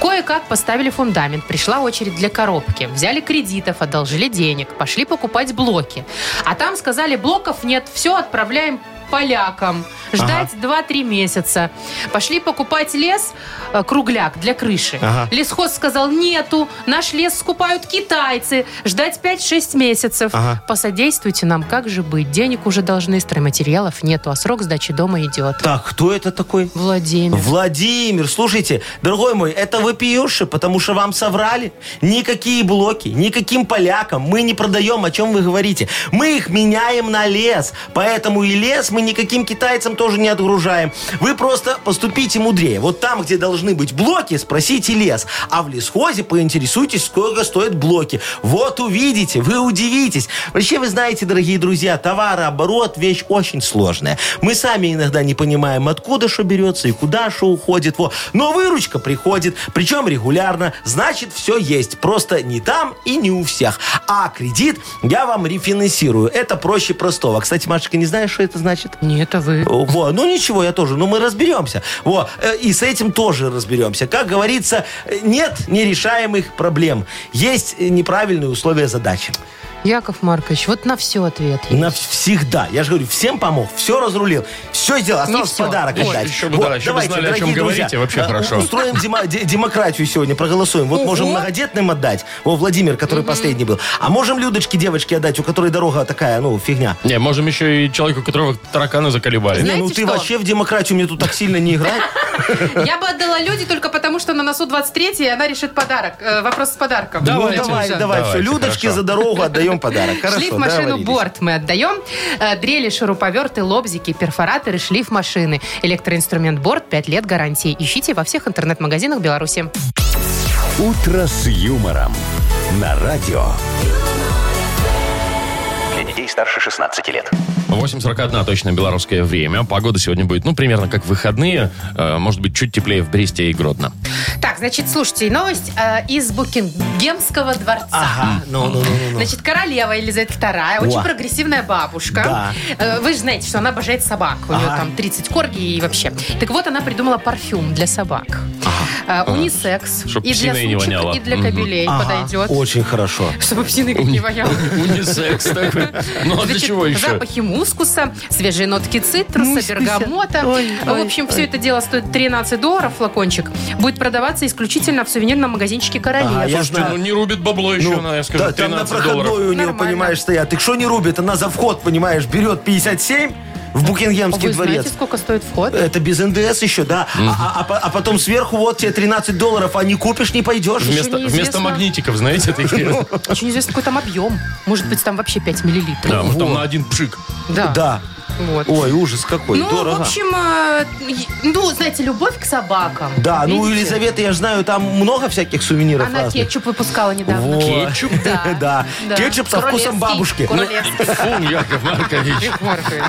Кое-как поставили фундамент. Пришла очередь для коробки. Взяли кредитов, одолжили денег. Пошли покупать блоки. А там сказали, блоков нет, все отправляем полякам. Ждать 2-3 месяца. Пошли покупать лес, э, кругляк для крыши. Ага. Лесхоз сказал, нету, наш лес скупают китайцы. Ждать 5-6 месяцев. Ага. Посодействуйте нам, как же быть? Денег уже должны, стройматериалов нету, а срок сдачи дома идет. Так, кто это такой? Владимир. Владимир, слушайте, дорогой мой, это вопиюши, потому что вам соврали. Никакие блоки, никаким полякам мы не продаем, о чем вы говорите. Мы их меняем на лес, поэтому и лес мы никаким китайцам тоже не отгружаем. Вы просто поступите мудрее. Вот там, где должны быть блоки, спросите лес. А в лесхозе поинтересуйтесь, сколько стоят блоки. Вот увидите, вы удивитесь. Вообще, вы знаете, дорогие друзья, товарооборот – вещь очень сложная. Мы сами иногда не понимаем, откуда что берется и куда что уходит. Во. Но выручка приходит, причем регулярно. Значит, все есть. Просто не там и не у всех. А кредит я вам рефинансирую. Это проще простого. Кстати, Машечка, не знаешь, что это значит? Не, это вы. Во, ну ничего, я тоже. Ну мы разберемся. Во, э, и с этим тоже разберемся. Как говорится, э, нет нерешаемых проблем. Есть э, неправильные условия задачи. Яков Маркович, вот на все ответ есть. Навсегда. Я же говорю, всем помог, все разрулил, все сделал. Не Осталось всё. подарок Ну, Ой, отдать. еще бы, да, еще бы знали, о дорогие чем говорите, вообще э, хорошо. Устроим демо- де- демократию сегодня, проголосуем. Вот можем многодетным отдать. О, Владимир, который последний был. А можем Людочке, девочке отдать, у которой дорога такая, ну, фигня. Не, можем еще и человеку, которого тараканы заколебали. Не, ну Знаете ты что? вообще в демократию мне тут так сильно не играй. Я бы отдала люди только потому, что на носу 23 и она решит подарок. э, вопрос с подарком. Да, Ну, Давайте давай, уже. давай, все. Давайте, Людочке хорошо. за дорогу отдаем подарок. Хорошо, шлиф машину договорились. борт мы отдаем. Э, Дрели, шуруповерты, лобзики, перфораторы, шлиф машины. Электроинструмент борт 5 лет гарантии. Ищите во всех интернет-магазинах Беларуси. «Утро с юмором» на радио. Для детей старше 16 лет. 8.41 точно белорусское время. Погода сегодня будет, ну, примерно как выходные. Э, Может быть, чуть теплее в Бресте и Гродно. Так, значит, слушайте, новость э, из Букингемского дворца. А, Ага, ну, ну, ну, ну, ну. Значит, королева Елизавета II, очень Во. прогрессивная бабушка. Да. Э, Вы же знаете, что она обожает собак. У нее Ага. там 30 корги и вообще. Так вот, она придумала парфюм для собак. Э, Унисекс. Чтоб и для псиной не сучек, воняло. и для Мгм. кобелей Ага, подойдет. Очень хорошо. Чтобы псиный как не вонял. Унисекс такой. Ну, а для Значит, чего еще? Запахи мускуса, свежие нотки цитруса, бергамота. в общем, все это дело стоит 13 долларов флакончик. Будет продаваться исключительно в сувенирном магазинчике Ага, Королева. я Слушайте, ну знаю. не рубит бабло еще, она, ну, я скажу, да, там на 13 проходной долларов. у нее, Нормально. понимаешь, стоят. Так что не рубит? Она за вход, понимаешь, берет 57 в А Букингемский Вы знаете, дворец. Э, сколько стоит вход? Это без НДС еще, да. А, а- а по- а потом сверху вот тебе 13 долларов, а не купишь, не пойдешь. Вместо, неизвестно. вместо магнитиков, знаете, такие. Ну, Очень известно, какой там объем. Может быть, там вообще 5 миллилитров. Да, может, там на один пшик. Да. Да. Вот. Ой, ужас какой, ну, дорого. в общем, э, е- ну, знаете, любовь к собакам. Да, ну у Видите? Елизаветы, я же знаю, там много всяких сувениров Она разных. кетчуп выпускала недавно. Во. Кетчуп? Да. Да. Да. Кетчуп со вкусом Королевский, бабушки. королевский. Ну, Фу, Яков Маркович. Маркович.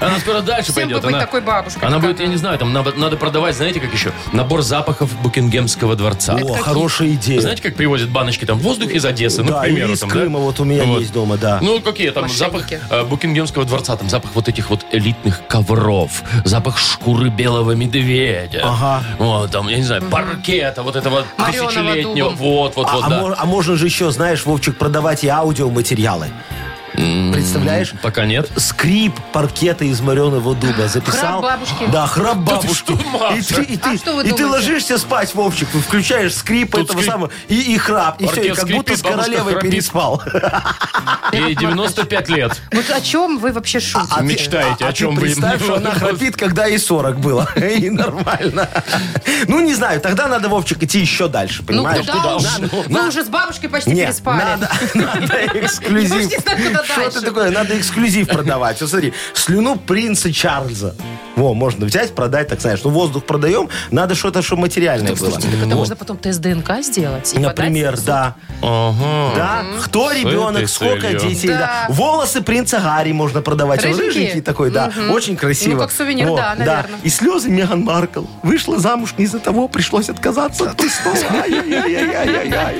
Она скоро дальше Всем бы пойдет. быть Она, такой бабушкой, она как будет, я не знаю, там надо, надо продавать, знаете, как еще? Набор запахов Букингемского дворца. О, хорошая идея. Знаете, как привозят баночки? Там воздух из Одессы, ну, да, к или примеру. из там, да? Крыма вот у меня есть дома, да. Ну, какие там Мошенники. запах э, Букингемского дворца, там запах вот этих вот элитных ковров, запах шкуры белого медведя. Ага. Вот, там, я не знаю, паркета вот этого Мореного тысячелетнего. дуба. Вот, вот, а, вот, а да. мож- а можно же еще, знаешь, Вовчик, продавать и аудиоматериалы. М-м-м. Представляешь? Пока нет. Скрип паркета из мореного дуба записал. Храп бабушки. Да, храп бабушки. что, Маша? и ты, и ты, А что вы и ты думаете? ложишься спать, Вовчик, и включаешь скрип Тут этого скрип. самого и, и храп. И все, и Паркет как будто скрипит, с бабушка королевой храпит. переспал. Ей 95 лет. Вот о чем вы вообще шутите? Ну, А ты- Мечтаете, а- а о ты чем вы? Представь, что она храпит, когда ей 40 было. И нормально. Ну, не знаю, тогда надо, Вовчик, идти еще дальше, Ну понимаешь? куда, уж? Вы на- уже с бабушкой почти Нет, переспали. надо, надо Типа Я уж эксклюзив. не знаю, куда Что дальше. это такое? Надо эксклюзив продавать. Вот смотри, слюну принца Чарльза. Во, можно взять, продать, так знаешь. Ну, воздух продаем, надо что-то, что материальное было. Слушайте, так это можно потом тест ДНК сделать. и Например, подать. да. Ага. Да? Кто этой ребенок, сколько целью. детей, да. Да. Волосы принца Гарри можно продавать. Он Рыженький? рыженький такой, да. Мгм. Очень красиво. Ну, как сувенир, Во, да, наверно. И слезы Меган Маркл. Вышла замуж не из-за того, пришлось отказаться от престола. Ай-яй-яй-яй-яй-яй.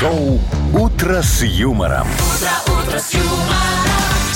Шоу «Утро с юмором».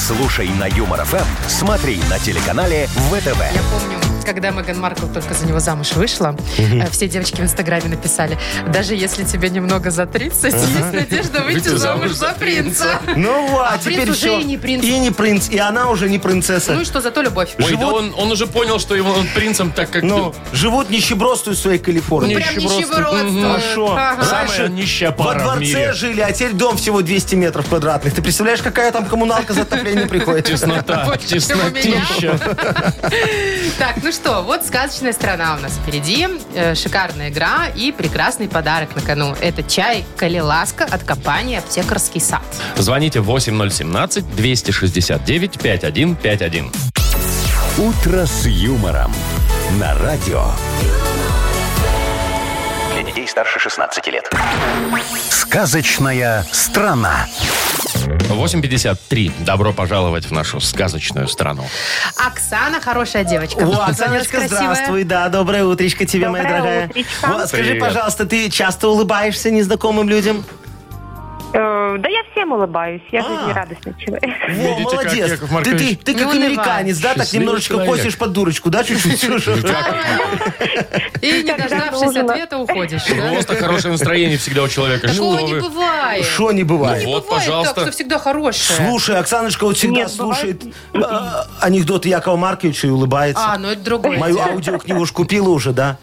Слушай на Юмор ФМ, смотри на телеканале ВТВ. Я помню, когда Меган Маркл только за него замуж вышла, э, все девочки в Инстаграме написали, даже если тебе немного за 30, есть надежда выйти замуж за принца. Ну вот, А принц теперь уже все. и не принц. И не принц, и она уже не принцесса. Ну и что, зато любовь. Ой, да он, он уже понял, что его принцем так как... Ну, живут нищебродствуют в своей Калифорнии. Прям нищебродство. А шо? Ага. Самая нищая пара в во дворце мире. жили, а теперь дом всего 200 метров квадратных. Ты представляешь, какая там коммуналка за отопление приходит? Теснота, Больше, чем у меня. теснотища. Так, ну что, вот сказочная страна у нас впереди. Э, Шикарная игра и прекрасный подарок на кону. Это чай «Калиласка» от компании «Аптекарский сад». Звоните 8017-269-5151. «Утро с юмором» на радио. Для детей старше 16 лет. Сказочная страна. 8.53. Добро пожаловать в нашу сказочную страну. Оксана хорошая девочка. О, Позвонилась Оксаночка, красивая. здравствуй. Да, доброе утречко тебе, моя Доброе дорогая. утречко. Вот, скажи, Привет. пожалуйста, ты часто улыбаешься незнакомым людям? Э, Да я всем улыбаюсь, я А. жизнерадостный человек. Во, Видите, как, молодец. Яков ты, Маркович? ты, ты Не как унывай. американец, да, так Счастливый немножечко человек. косишь под дурочку, да, чуть-чуть? И не Когда дождавшись должна. ответа, уходишь. да? Просто хорошее настроение всегда у человека. Такого Что не вы? бывает. Что не бывает? Не Вот, бывает пожалуйста. так, что всегда хорошее. Слушай, Оксаночка вот всегда Нет, слушает э, анекдоты Якова Марковича и улыбается. А, ну это другое. Мою дело. аудиокнигу ж купила уже, да?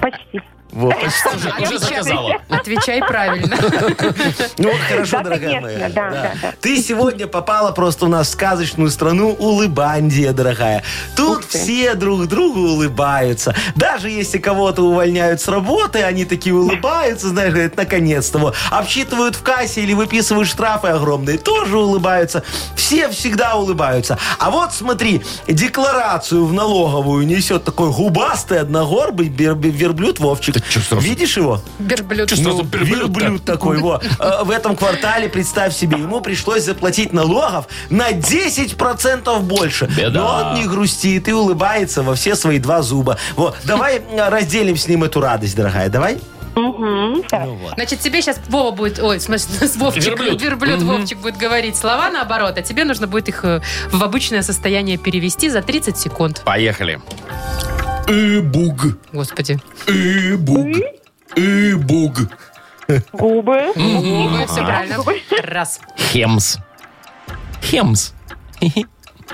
Почти. Вот. Уже- А, Уже отвечай- заказала. Отвечай правильно. Ну, хорошо, Да, дорогая конечно, моя. да, да, да. Ты сегодня попала просто у нас в сказочную страну Улыбандия, дорогая. Тут Ух ты. все друг другу улыбаются. Даже если кого-то увольняют с работы, они такие улыбаются, знаешь, говорят, наконец-то. вот. Обсчитывают в кассе или выписывают штрафы огромные, тоже улыбаются. Все всегда улыбаются. А вот смотри, декларацию в налоговую несет такой губастый, одногорбый бер- верблюд Вовчик. Чё сразу? Видишь его? Верблюд. Ну, сразу верблюд, верблюд-то? такой, во. Э, В этом квартале, представь себе, ему пришлось заплатить налогов на 10% больше. Беда. Но он не грустит и улыбается во все свои два зуба. Вот, давай э, разделим с ним эту радость, дорогая, давай. Мгм, так. Значит, тебе сейчас Вова будет... Ой, в смысле, с Вовчик, Верблюд. верблюд, Вовчик будет говорить слова наоборот, а тебе нужно будет их э, в обычное состояние перевести за 30 секунд. Поехали. Эбуг. Господи. Эбуг. Эбуг. Губы. Ой, А. все правильно. Раз. Хемс. Хемс.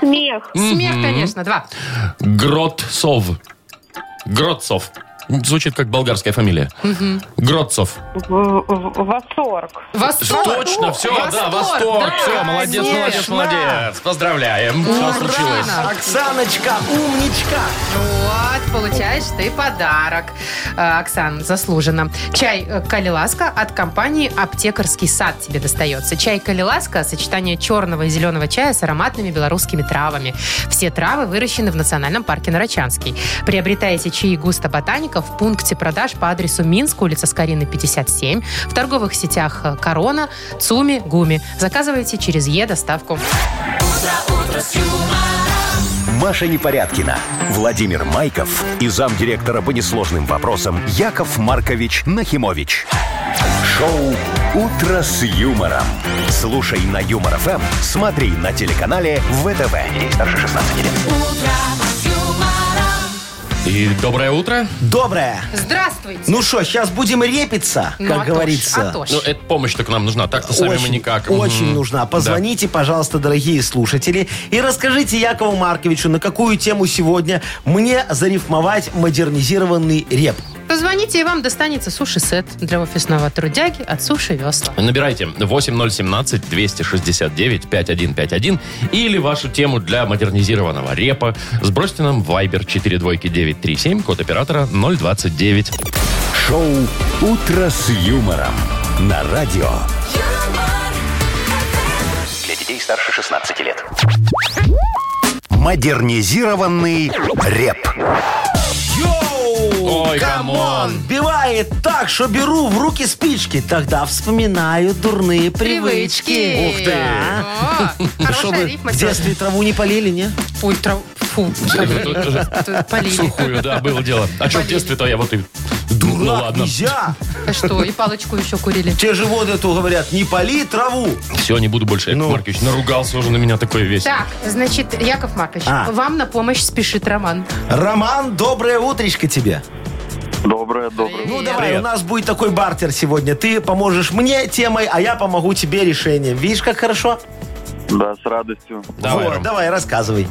Смех. Смех, конечно. Два. Гротцов. Гротцов. Звучит как болгарская фамилия. Гротцов. В- в- Восторг. Восторг. Точно, все, да, восторг. да, все, молодец, молодец, конечно. молодец. Поздравляем. Все Ура! случилось. Оксаночка, умничка. Вот, получаешь ты подарок. Э, Оксан, заслуженно. Чай э, «Калиласка» от компании «Аптекарский сад» тебе достается. Чай «Калиласка» – сочетание черного и зеленого чая с ароматными белорусскими травами. Все травы выращены в Национальном парке Нарочанский. Приобретайте чаи «Густо Ботаника» в пункте продаж по адресу Минск, улица Скорины, 57, в торговых сетях э, «Корона», «Цуми», «Гуми». Заказывайте через «Е» доставку. Маша Непорядкина, Владимир Майков и замдиректора по несложным вопросам Яков Маркович Нахимович. Шоу «Утро с юмором». Слушай на Юмор ФМ, смотри на телеканале ВТВ. Ей старше 16 лет. И доброе утро. Доброе. Здравствуйте! Ну что, сейчас будем репиться, Ну, как а то ж, говорится. а то ж. Ну, это помощь только нам нужна. Так-то сами мы Очень, никак. Очень Мгм. нужна. Позвоните, пожалуйста, дорогие слушатели, и расскажите Якову Марковичу, на какую тему сегодня мне зарифмовать модернизированный реп. Позвоните, и вам достанется суши-сет для офисного трудяги от Суши Весла. Набирайте 8017-269-5151 или вашу тему для модернизированного репа. Сбросьте нам Viber 42937, код оператора 029. Шоу «Утро с юмором» на радио. Для детей старше 16 лет. Модернизированный реп. Йоу! Ой, камон. Бивает так, что беру в руки спички, тогда вспоминаю дурные привычки. Привычки. Ух ты! О, Хорошая рифма сегодня. В детстве траву не полили, не? Ой, трав- Фу, Тут полили. Сухую, да, было дело. А что в детстве-то я вот и... Ну Дурак, ладно, нельзя! А Что, и палочку еще курили. Те же вот эту говорят, не поли траву. все, не буду больше. Яков Ну. Маркович наругался уже на меня такое весь. Так, значит, Яков Маркович, А. вам на помощь спешит Роман. Роман, доброе утречко тебе. Доброе, доброе. Ну Привет. давай, у нас будет такой бартер сегодня. Ты поможешь мне темой, а я помогу тебе решением. Видишь, как хорошо? Да, с радостью. Давай, Вот, Ром. давай, рассказывай.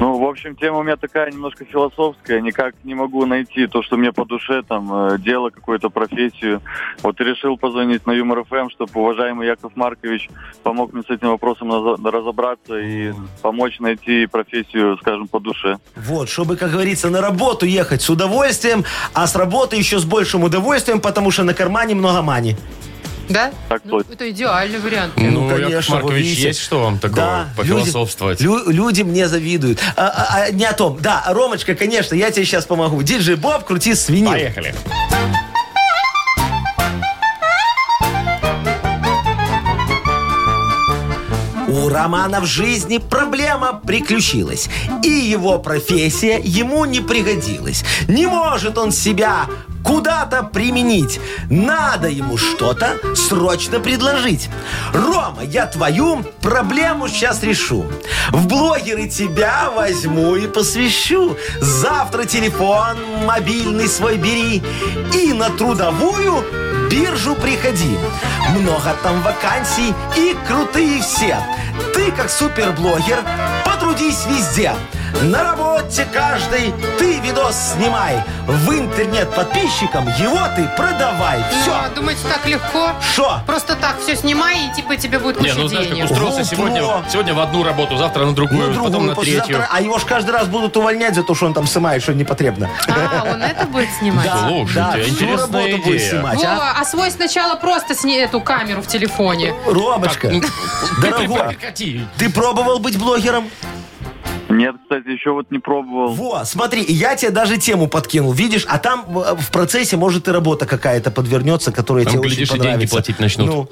Ну, в общем, тема у меня такая немножко философская. Никак не могу найти то, что мне по душе, там, э, дело, какую-то профессию. Вот и решил позвонить на Юмор ФМ, чтобы уважаемый Яков Маркович помог мне с этим вопросом наза- разобраться и помочь найти профессию, скажем, по душе. Вот, чтобы, как говорится, на работу ехать с удовольствием, а с работы еще с большим удовольствием, потому что на кармане много мани. Да? Так Ну, точно. это идеальный вариант. Ну, Ну, Яков конечно, вы Маркович, видите. есть что вам такого люди- пофилософствовать? лю- люди мне завидуют. А, а, а, не о том. Да, Ромочка, конечно, я тебе сейчас помогу. Диджей Боб, крути свинил. Поехали. У Романа в жизни проблема приключилась. И его профессия ему не пригодилась. Не может он себя куда-то применить. Надо ему что-то срочно предложить. Рома, я твою проблему сейчас решу. В блогеры тебя возьму и посвящу. Завтра телефон мобильный свой бери. И на трудовую биржу приходи. Много там вакансий и крутые все. Ты как суперблогер, потрудись везде. На работе каждый ты видос снимай. В интернет подписчикам его ты продавай. Ну, Все. а думаете, так легко? Шо? Просто так все снимай, и типа тебе будет Не, куча ну знаешь, как денег. устроился Во, сегодня, во. сегодня в одну работу, завтра на Ну, другую, другую, потом на послезавтра. третью. А его ж каждый раз будут увольнять за то, что он там снимает, что непотребно. А, он это будет снимать? Слушайте, да, всю интересная работу будет идея. снимать, а? Вова, а свой сначала просто сни эту камеру в телефоне. Ромочка, Ну, дорогой, прекрати. ты пробовал быть блогером? Нет, кстати, еще вот не пробовал. Во, смотри, и я тебе даже тему подкинул, видишь, а там э, в процессе, может, и работа какая-то подвернется, которая Там, тебе глядишь, и очень деньги понравится. платить начнут. Ну,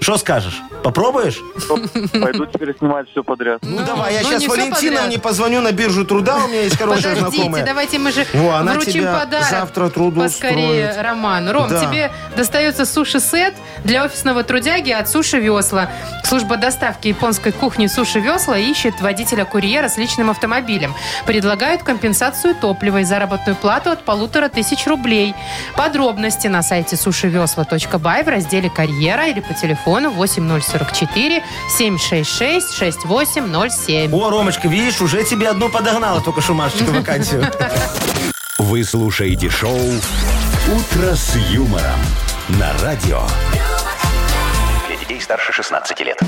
что скажешь? Попробуешь? Стоп, Пойду теперь снимать все подряд. Ну, давай, я ну, сейчас не всё Валентиновне подряд. позвоню на биржу труда, у меня есть хорошая Подождите, знакомая. давайте мы же О, она вручим тебя подарок. завтра труду Поскорее, устроит. Роман. Ром, Да. тебе достается суши-сет для офисного трудяги от Суши Весла. Служба доставки японской кухни Суши Весла ищет водителя-курьера с личным автомобилем. Предлагают компенсацию топлива и заработную плату от полутора тысяч рублей. Подробности на сайте сушивесла.бай в разделе «Карьера» или по телефону 8044 766 6807. О, Ромочка, видишь, уже тебе одну подогнала, только что Машечка вакансию. Вы слушаете шоу «Утро с юмором» на радио. Для детей старше 16 лет.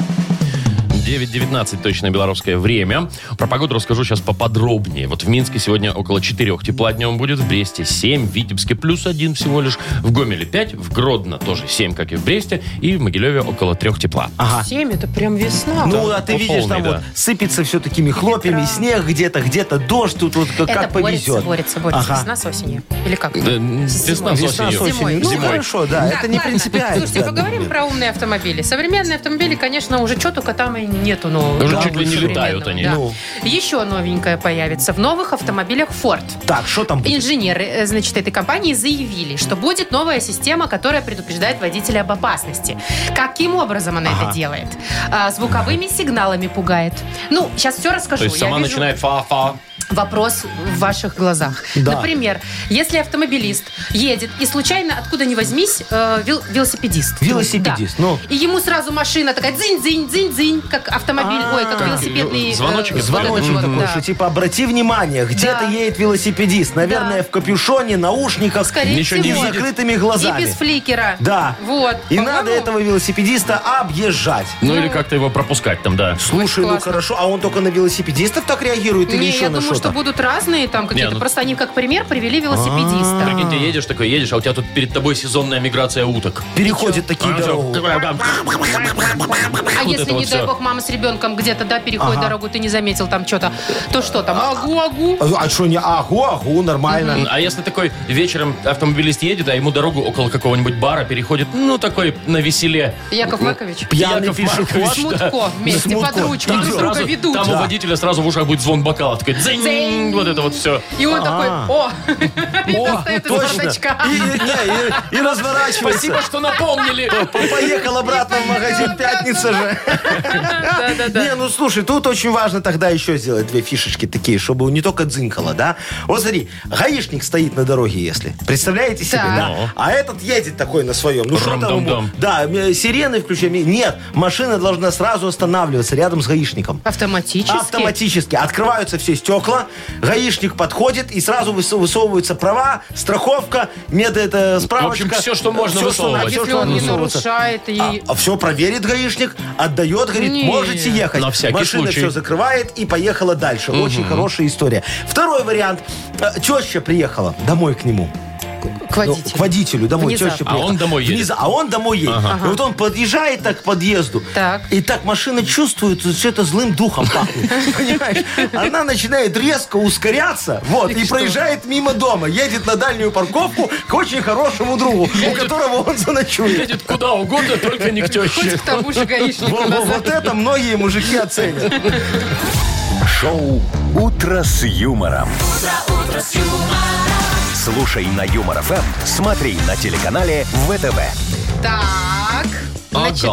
9.19 точное белорусское время. Про погоду расскажу сейчас поподробнее. Вот в Минске сегодня около 4 тепла днем будет, в Бресте 7, в Витебске плюс 1 всего лишь, в Гомеле 5, в Гродно тоже 7, как и в Бресте, и в Могилеве около 3 тепла. Ага. 7, это прям весна. А. Ну, а ты по видишь, там полной, вот да. сыпется все такими хлопьями, снег где-то, где-то дождь, тут вот как, Это как повезет. борется, борется, борется. Ага. Весна с осенью. Или как? Да, м, Весна с Весна с Э, осенью. Зимой. осенью. Ну, Зимой. хорошо, да, Так, это не ладно. принципиально. Слушайте, поговорим про умные автомобили. Современные автомобили, конечно, уже что только там и нету нового. Уже Да, чуть ли не современного, летают они. да. Ну. Еще новенькое появится в новых автомобилях Ford. Так, что там будет? Инженеры, э, значит, этой компании заявили, что будет новая система, которая предупреждает водителя об опасности. Каким образом она это делает? А, звуковыми сигналами пугает. Ну, сейчас все расскажу. То есть Я сама вижу- начинает фа-фа. Вопрос в ваших глазах. Да. Например, если автомобилист едет и случайно откуда ни возьмись э, вел- велосипедист. Велосипедист, ну. Да. И ему сразу машина такая дзынь-дзынь-дзынь-дзынь, как автомобиль, ой, как Как велосипедный... э, звоночек из А, ну, Звоночек вот этот вот, такой, да. что типа обрати внимание, где-то Да. едет велосипедист. Наверное, Да. в капюшоне, наушниках Скорее и Ничего не всего. с закрытыми глазами. И без фликера. Да. Вот. И По-моему, надо этого велосипедиста объезжать. Ну или как-то его пропускать там, да. Слушай, ну классно. хорошо, а он только на велосипедистов так реагирует или Не, еще я на думаю, что что-то? А, будут разные там какие-то. ну- Просто они как пример привели велосипедиста. Прикинь, ты едешь такой, едешь, а у тебя тут перед тобой сезонная миграция уток. Переходят такие А, всё, дорогу. А Вот если, это не вот дай всё. бог, мама с ребенком где-то, да, переходит Ага. дорогу, ты не заметил там что-то, то что там? Агу-агу. А что не агу, агу, нормально. А если такой вечером автомобилист едет, а ему дорогу около какого-нибудь бара переходит, ну такой на веселе. Яков Макович. Пьяный Яков пешеход. Маркович, Смутко вместе, ну, Смутко. под ручку, друг друга сразу- ведут. там у Да. водителя сразу в ушах будет звон бокала. Такой дзинь, Дзинь. вот это вот все. И он А. такой, о, и достает из бардачка. И, не, и- и разворачивается. Спасибо, что напомнили. Поехал обратно в магазин, пятница же. Не, ну слушай, тут очень важно тогда еще сделать две фишечки такие, чтобы не только дзынкало, да? Вот смотри, гаишник стоит на дороге, если. Представляете себе, Так. да? А этот едет такой на своем. Ну что там ему? Рам-дам-дам. Да, м, сирены включаем. Нет, машина должна сразу останавливаться рядом с гаишником. Автоматически. Автоматически. Открываются все стекла, гаишник подходит, и сразу высо- высовываются права, страховка, мед, это, справочка. всё, что можно Всё, что надо, высовывать. всё, А, Если он что надо не высовываться. нарушает и... А, все проверит гаишник, отдает, говорит, Не. можете ехать. На всякий Машина случай. все закрывает и поехала дальше. Очень хорошая история. Второй вариант. Э, Теща приехала домой к нему. К Ну, водителю. К водителю домой. Внезапно. Теща А он приехала. домой едет. Внеза- А он домой едет. И вот он подъезжает так к подъезду. Так. И так машина чувствует, что это злым духом пахнет. Понимаешь? Она начинает резко ускоряться. Вот. И проезжает мимо дома. Едет на дальнюю парковку к очень хорошему другу, у которого он заночует. Едет куда угодно, только не к теще. Хоть к тому же гаишнику Во- во- назад. Вот это многие мужики оценят. Шоу «Утро с юмором». Слушай на Юмор ФМ, смотри на телеканале ВТВ. Так. Ага. Значит,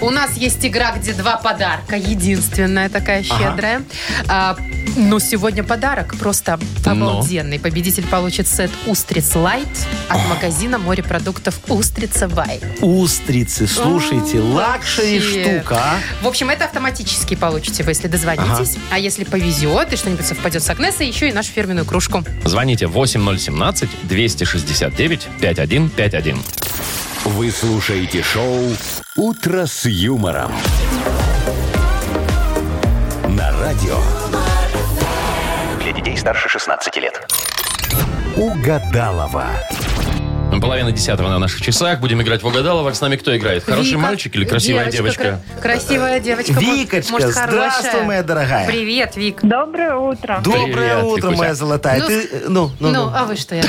у нас есть игра, где два подарка. Единственная такая щедрая. А, но сегодня подарок просто обалденный. Ну. Победитель получит сет «Устриц Лайт» от магазина морепродуктов «Устрица Бай». Устрицы, слушайте, М, лакшери вообще. штука. а. В общем, это автоматически получите вы, если дозвонитесь. А если повезет и что-нибудь совпадет с Агнесой, еще и нашу фирменную кружку. Звоните 8017-269-5151. Вы слушаете шоу «Утро с юмором». На радио Для детей старше 16 лет. «Угадалова». Половина десятого на наших часах. Будем играть в угадаловок. С нами кто играет? Хороший Вика. мальчик или красивая девочка? кра- красивая девочка. может- Викочка, может, здравствуй, хорошая. моя дорогая. Ну, Привет, Вик. Доброе утро. Доброе Привет, утро, Викуся. моя золотая. Ну, Ты, э, ну, ну, Ну, ну. а вы что, я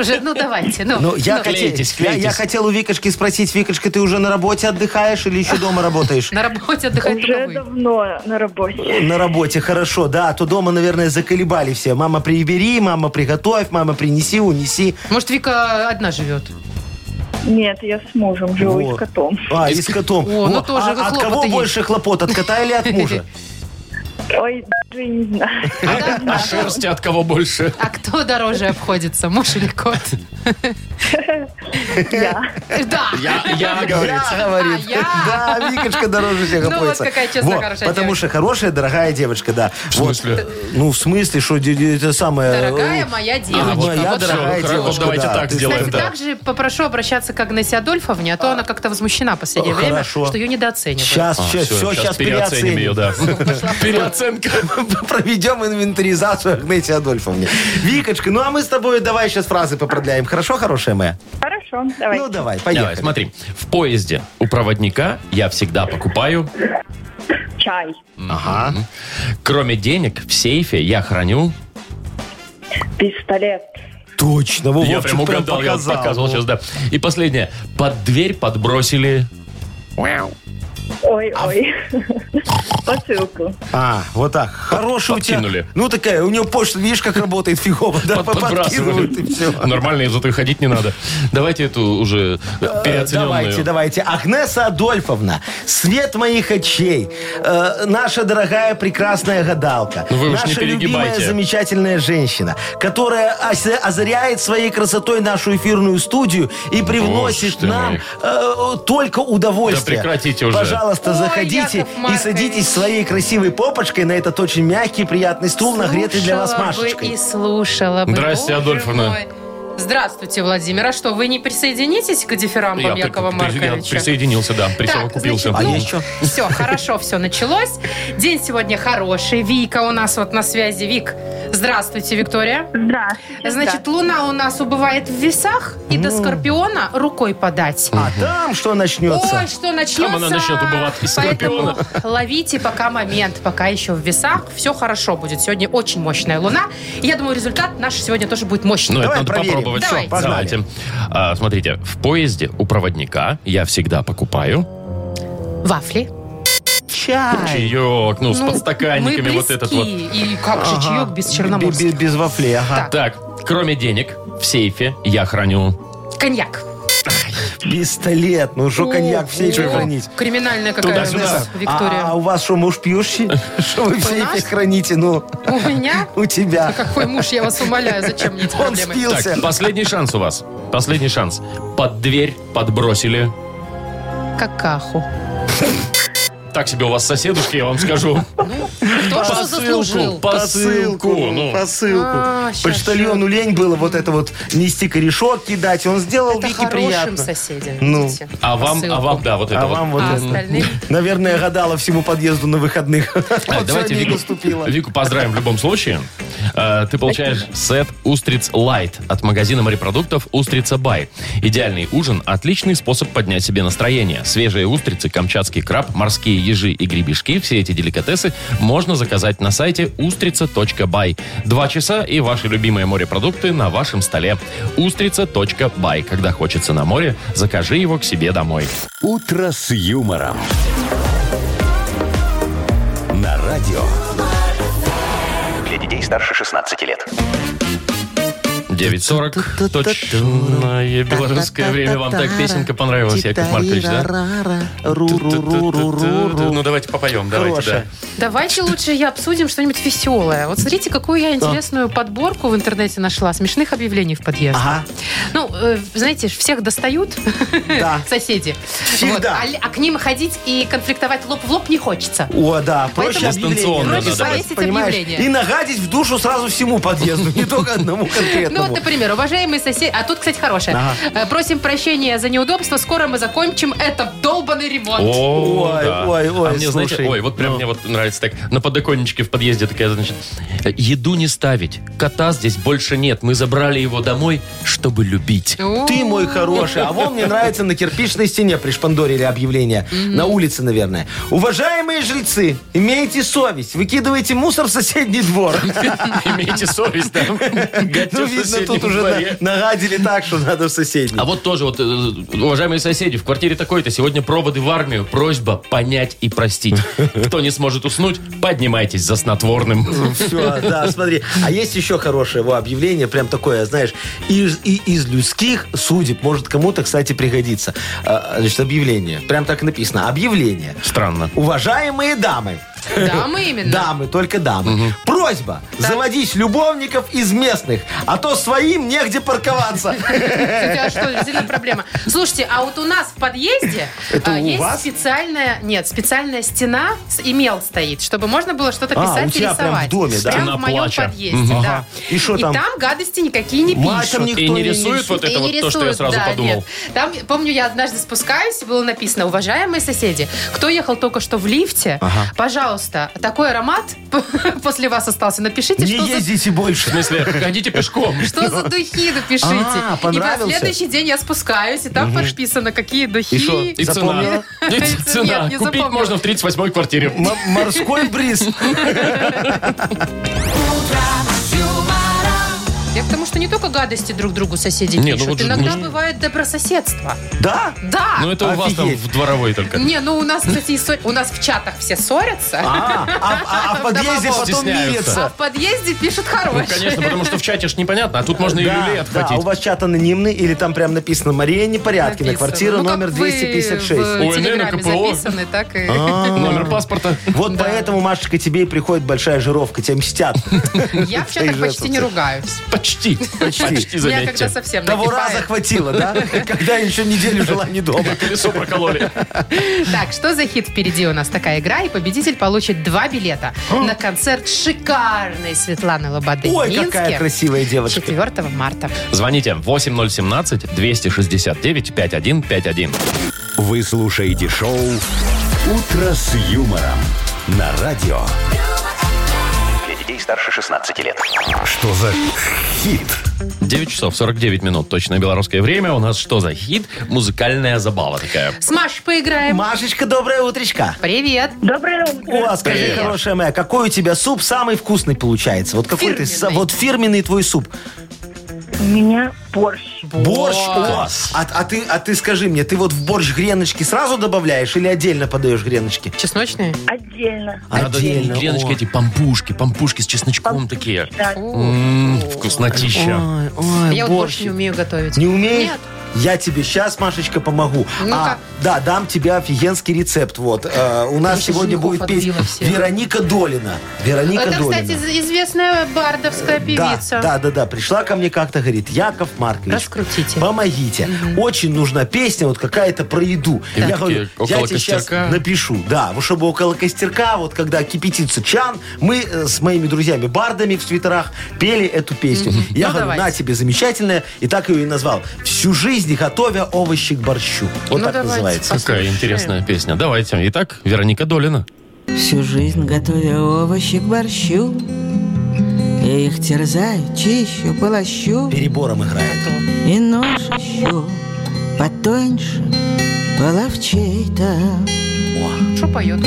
уже, ну давайте, ну, Ну, я, ну, хотел, клейтесь, я- Я, клейтесь. хотел у Викочки спросить, Викочка, ты уже на работе отдыхаешь или еще дома работаешь? на работе отдыхает Уже только вы. давно на работе. На работе, хорошо, да, а то дома, наверное, заколебали все. Мама, прибери, мама, приготовь, мама, принеси, унеси. Может, Вика одна живет? Нет, я с мужем живу и Во. с котом. А, и с котом. О, ну Во, тоже а вы от хлопоты кого есть. больше хлопот, от кота или от мужа? Ой, даже и не знаю. А шерсти от кого больше? А кто дороже обходится, муж или кот? Я. Да. Я, я говорится. Я, говорит. А, я. Да, Викочка дороже всех Ну, вот обходится. какая честная, Во, хорошая Потому девочка. что хорошая, дорогая девочка, да. В смысле? Ну, в смысле, что де- де- это самое... э, Дорогая моя девочка. вот моя Вот дорогая всё, хорошо, девочка, давайте да. так Ты сделаем, Кстати, да. также попрошу обращаться к Агнессе Адольфовне, а то она как-то возмущена в последнее время, Хорошо. что ее недооценивают. Сейчас, А, Всё, сейчас, все, щас сейчас переоценим переоценим. ее, да. Переоценка. Проведем инвентаризацию Агнете Адольфовне. Викочка, ну а мы с тобой давай сейчас фразы попродляем. Хорошо, хорошая моя? Хорошо, давай. Ну давай, Давай, поехали. смотри. В поезде у проводника я всегда покупаю. Чай. Ага. Кроме денег в сейфе я храню. Пистолет. Точно, во, я Вовчик прям угадал, я показал. показывал Во. сейчас, да. И последнее. Под дверь подбросили. Ой, ой. Посылку. А, вот так. Хороший у Подкинули. тебя. Ну такая, у нее почта, видишь, как работает фигово. Да, Под- подбрасывали. подкидывают и все. Нормально, из этого ходить не надо. Давайте эту уже э, Давайте, переоцененную. давайте. Агнеса Адольфовна, свет моих очей, э, наша дорогая прекрасная гадалка, Ну вы уж не наша любимая перегибайте. замечательная женщина, которая осе- озаряет своей красотой нашу эфирную студию и привносит ты нам мой. э, только удовольствие. Да прекратите уже. Пожалуйста, Ой, заходите Яков и Маркович. садитесь своей красивой попочкой на этот очень мягкий, приятный стул, нагретый для вас Слушала бы Машечкой. и слушала бы. Здрасте, Боже Адольфовна. мой. Здравствуйте, Владимир. А что, вы не присоединитесь к дифирамбам Я Якова при- я Марковича? присоединился, да, присовокупился. А значит, я ну, еще. Все, хорошо, все началось. День сегодня хороший. Вика у нас вот на связи. Вик, здравствуйте, Виктория. Здравствуйте. Значит, луна у нас убывает в весах, и до Скорпиона рукой подать. А там что начнется? Ой, что начнется. Там она начнет убывать из Поэтому Скорпиона. ловите пока момент, пока еще в весах. Все хорошо будет. Сегодня очень мощная луна. И я думаю, результат наш сегодня тоже будет мощный. Ну, это Давай надо проверим. попробовать. Всё, Всё, погнали. давайте. А, смотрите, в поезде у проводника я всегда покупаю Вафли. Чай. чаек, ну, с Ну, подстаканниками мы вот этот вот. близки. И как же чаек без Бе- черноморского? бе- Без вафлей, ага. Так, кроме денег, в сейфе я храню. Коньяк. Пистолет, ну что коньяк в сейфе Ого. хранить? Криминальная какая у Туда-сюда. нас, Виктория. Типа А, а у вас что, муж пьющий? Что вы в сейфе нас? храните? Ну, У меня? у тебя. Какой муж, я вас умоляю, зачем мне эти Он проблемы? спился. Так, последний шанс у вас. Последний шанс. Под дверь подбросили. Какаху. Так себе у вас соседушки, я вам скажу. Кто что заслужил? посылку. ну. А, Посылку. щас, Почтальону лень было вот это вот нести корешок, кидать. Он сделал Это Вики хорошим приятно. соседям, Ну. видите, А вам, а посылку. вам, да, вот это А вот. вам вот А это. остальным? Наверное, гадала всему подъезду на выходных. Так, Вот Э, давайте сегодня и Вику, наступила. Вику поздравим в любом случае. Э, Ты получаешь сет «Устриц Лайт» от магазина морепродуктов «Устрица Бай». Идеальный ужин – отличный способ поднять себе настроение. Свежие устрицы, камчатский краб, морские ежи и гребешки – все эти деликатесы можно заказать на сайте устрица.бай. Два часа и ваши любимые морепродукты на вашем столе. Устрица.бай. Когда хочется на море, закажи его к себе домой. «Утро с юмором». На радио. Для детей старше 16 лет. 9.40. Точное белорусское время. Вам так песенка понравилась, Яков Маркович, да? Ру-ру-ру-ру-ру-ру. Ну, давайте попоем, давайте, да. Хорошая. Давайте лучше я обсудим что-нибудь веселое. Вот смотрите, какую я интересную подборку в интернете нашла. Смешных объявлений в подъезде. Ага. Ну, э, знаете, ж, всех достают Да. соседи. Всегда. Вот. А ли- А, к ним ходить и конфликтовать лоб в лоб не хочется. О, да, проще Поэтому объявление. дистанционно Вроде надо сами, повесить понимаешь, объявление. И нагадить в душу сразу всему подъезду, не только одному Ну, конкретному. вот, например, уважаемый сосед... А тут, кстати, хорошее. Э, Просим прощения за неудобство. Скоро мы закончим этот долбанный ремонт. О, Ой, да. ой, ой, а мне, знаете, слушай. Ну. ой, вот прям мне вот нравится так. На подоконничке в подъезде такая, значит, еду не ставить. Кота здесь больше нет. Мы забрали его домой, чтобы любить. О, Ты мой хороший. А вон мне нравится на кирпичной стене пришпандорили объявление. На улице, наверное. Уважаемые жильцы, имейте совесть. Выкидывайте мусор в соседний двор. Имейте совесть, да. Ну, видно, тут уже на- нагадили так, что надо в соседний. А вот тоже, вот, э, уважаемые соседи, в квартире такой-то сегодня проводы в армию. Просьба понять и простить. Кто не сможет уснуть, поднимайтесь за снотворным. Все, Ну, да, смотри. А есть еще хорошее его объявление, прям такое, знаешь, из, и из людских судеб, может кому-то, кстати, пригодится. А, Значит, объявление. Прям так и написано. Объявление. Странно. Уважаемые дамы, Да, мы именно. Дамы, только дамы. Просьба заводить любовников из местных, а то своим негде парковаться. Кстати, а что, действительно проблема. Слушайте, а вот у нас в подъезде Это а, у есть вас? специальная, нет, специальная стена с имел стоит, чтобы можно было что-то А, писать у тебя и рисовать. прям в доме, да? Прям Стена в моем плача. подъезде, Мгм. да. Ага. И что там? гадости никакие не Матом пишут. никто И не рисует вот И это не вот то, что я рисуют, сразу да, подумал. нет. Там, помню, я однажды спускаюсь, и было написано, уважаемые соседи, кто ехал только что в лифте, пожалуйста, такой аромат после вас остался, напишите, Не что за ездите В больше. смысле, ходите пешком. что за духи напишите? А, понравился? И на следующий день я спускаюсь, и там подписано, какие духи. И шо? И цена. Запомнила? И Нет, цена. не Купить запомнила. можно в 38-й квартире. М- Морской бриз. Я к тому, что не только гадости друг другу соседи Не, ну пишут. вот же Иногда нужно. бывает добрососедство. Да? Да! Ну это у вас там Офигеть. в дворовой только. Не, ну у нас, кстати, и ссор- у нас в чатах все ссорятся, а, А, а- а- а в подъезде потом Стесняются. мирятся. в подъезде пишут Ну, хорошие. конечно, потому что в чате ж непонятно, а тут можно и люлей Да, да, у отхватить. вас чат анонимный, или там прям написано Мария Непорядкина, Написано. квартира Ну, как номер вы 256. Ой, В телеграме наверное, КПО. записаны, так и... А, Номер паспорта. Вот поэтому, Машечка, тебе и приходит большая жировка, тебя мстят. Я в чатах почти не Жесовцы. ругаюсь. Почти. Почти, Я когда заметьте. совсем Того накипает. раза хватило, да? Когда я еще неделю жила не дома. Колесо прокололи. Так, что за хит впереди у нас такая игра, и победитель получит два билета на концерт шикарной Светланы Лободы в Ой, Минске какая красивая девочка. 4 марта. Звоните 8017-269-5151. Вы слушаете шоу «Утро с юмором» на радио. Для детей старше 16 лет. Что за хит? 9 часов 49 минут, точное белорусское время. У нас что за хит? Музыкальная забава такая. С Машей поиграем. Машечка, доброе утречко. Привет. Доброе утро. О, скажи, Привет. хорошая моя, какой у тебя суп самый вкусный получается? Вот какой ты, са- Фирменный. вот фирменный твой суп. У меня борщ. Борщ, о, а, а ты, а ты скажи мне, ты вот в борщ греночки сразу добавляешь или отдельно подаешь греночки? Чесночные? Отдельно. Надо Отдельно, не греночки, а типа о. эти пампушки, пампушки с чесночком такие. Да. М, вкуснотища. Ой, ой, А Я вот борщ. больше не умею готовить. Не умеешь? Нет. Я тебе сейчас, Машечка, помогу. Ну-ка. а, да, дам тебе офигенский рецепт. Вот э, у нас Ты сегодня женихов будет петь отбила всех. Вероника Долина. Вероника Это, Долина. кстати, из- известная бардовская Да, певица. да, да, да. Пришла ко мне как-то, говорит, Яков Маркович, Раскрутите. помогите. Очень нужна песня вот какая-то про еду. И вы такие, около я тебе сейчас костерка? напишу. Да, вот чтобы около костерка, вот когда кипятится чан, мы э, с моими друзьями-бардами в свитерах пели эту песню. Я Ну, говорю, давайте. на тебе замечательная. И так ее и назвал. Всю жизнь готовя овощи к борщу. Вот Ну, так давайте. называется. Какая Послушаем. интересная песня. Давайте. Итак, Вероника Долина. Всю жизнь готовя овощи к борщу, я их терзаю, чищу, полощу Перебором играет. и нож ищу потоньше половчей-то. Что поет?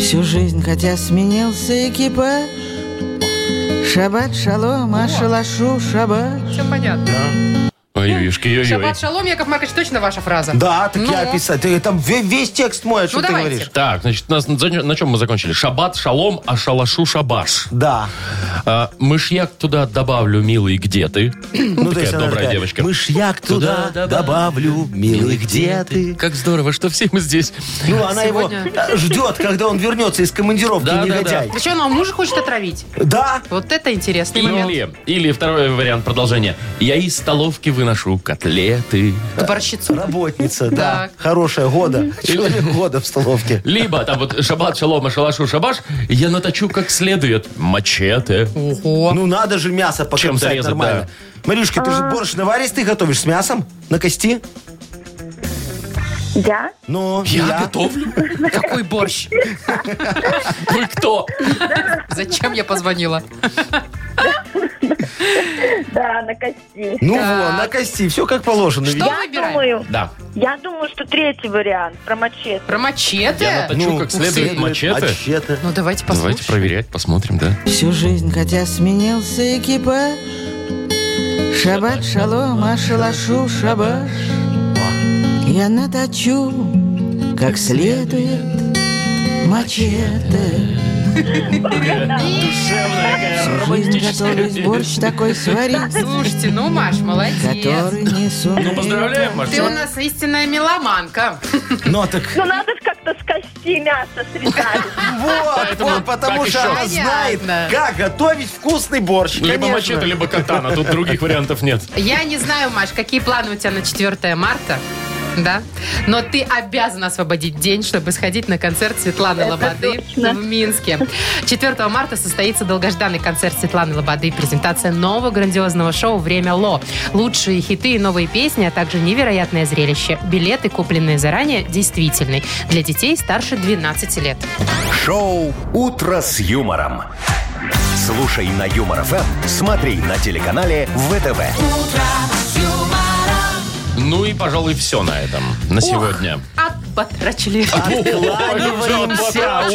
Всю жизнь, хотя сменился экипаж, шабат шалом, а шалашу шабаш. Все понятно. Ой, Ну, юшки, ой-ой. Шаббат шалом, Яков Маркович, точно ваша фраза? Да, так я Ну. описал. Ты там ве- весь текст мой, о чем ты давайте. говоришь. Так, значит, нас, за- на чем мы закончили? Шабат, шалом, а шалашу шабаш. Да. А, мышьяк туда добавлю, милый, где ты? Ну, Такая то есть она добрая такая, девочка. Мышьяк туда Туда добавлю, милый, Ну где ты? Как здорово, что все мы здесь. Ну, она его э, ждет, когда он вернется из командировки, Да, да, негодяй. Ты что, она мужа хочет отравить? Да, Вот это интересный момент. Или, или второй вариант продолжения. Я из столовки выносил выношу котлеты. Борщицу. Работница, да. Так. Хорошая года. Человек года в столовке. Либо там вот шаббат, шалома, шалашу, шабаш, я наточу как следует. Мачете. Ого. Ну надо же мясо Чем-то покромсать резать, нормально. Маришка, ты же А. борщ наваристый готовишь с мясом? На кости? Да? Ну, Я да. готовлю. Какой борщ? Вы кто? Зачем я позвонила? Да, на кости. Ну вот, на кости, все как положено. ведь. Что Я выбираем? думаю, Да. я думаю, что третий вариант про мачете. Про Я мачете? наточу как следует мачете. Ну, Мачете. Ну, давайте Давайте послушаем. проверять, посмотрим, да. Всю жизнь, хотя сменился экипаж, Шабат, шалом, ашалашу, шабаш. Я наточу, как следует, мачете. Всю жизнь готовлюсь борщ такой сварить, Слушайте, ну, Маш, молодец. который не сумею. Ну, Поздравляем, Маш. Ты у нас истинная меломанка. Ну так Ну надо ж как-то с кости мясо срезать. вот, Поэтому вот, потому так что еще. она знает, Понятно. как готовить вкусный борщ. Либо конечно. мачете, либо катана. Тут других вариантов нет. Я не знаю, Маш, какие планы у тебя на 4 марта, да? Но ты обязана освободить день, чтобы сходить на концерт Светланы Лободы точно. в Минске. 4 марта состоится долгожданный концерт Светланы Лободы и презентация нового грандиозного шоу «Время Ло». Лучшие хиты и новые песни, а также невероятное зрелище. Билеты, купленные заранее, действительны. Для детей старше 12 лет. Шоу «Утро с юмором». Слушай на Юмор ФМ, смотри на телеканале ВТВ. Ну и, пожалуй, все на этом. На сегодня. Ох, отпотрачили. Кланяемся.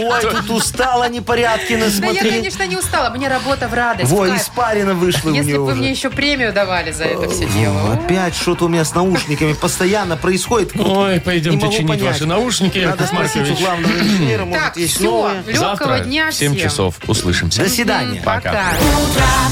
Ой, тут устала непорядки Да я, насмотри. конечно, не устала. Мне работа в радость. в Во, кайф. испарина вышла у Если нее бы вы мне уже. Ну еще премию давали за это все Во, дело. Опять что-то у меня с наушниками постоянно происходит. Ой, Не пойдемте могу чинить понять. ваши наушники, Надо Яков спросить у Маркович. главного инженера, может, Так, есть все, новое. легкого Завтра дня в 7 всем. часов услышимся. До свидания. Пока. Пока. Утро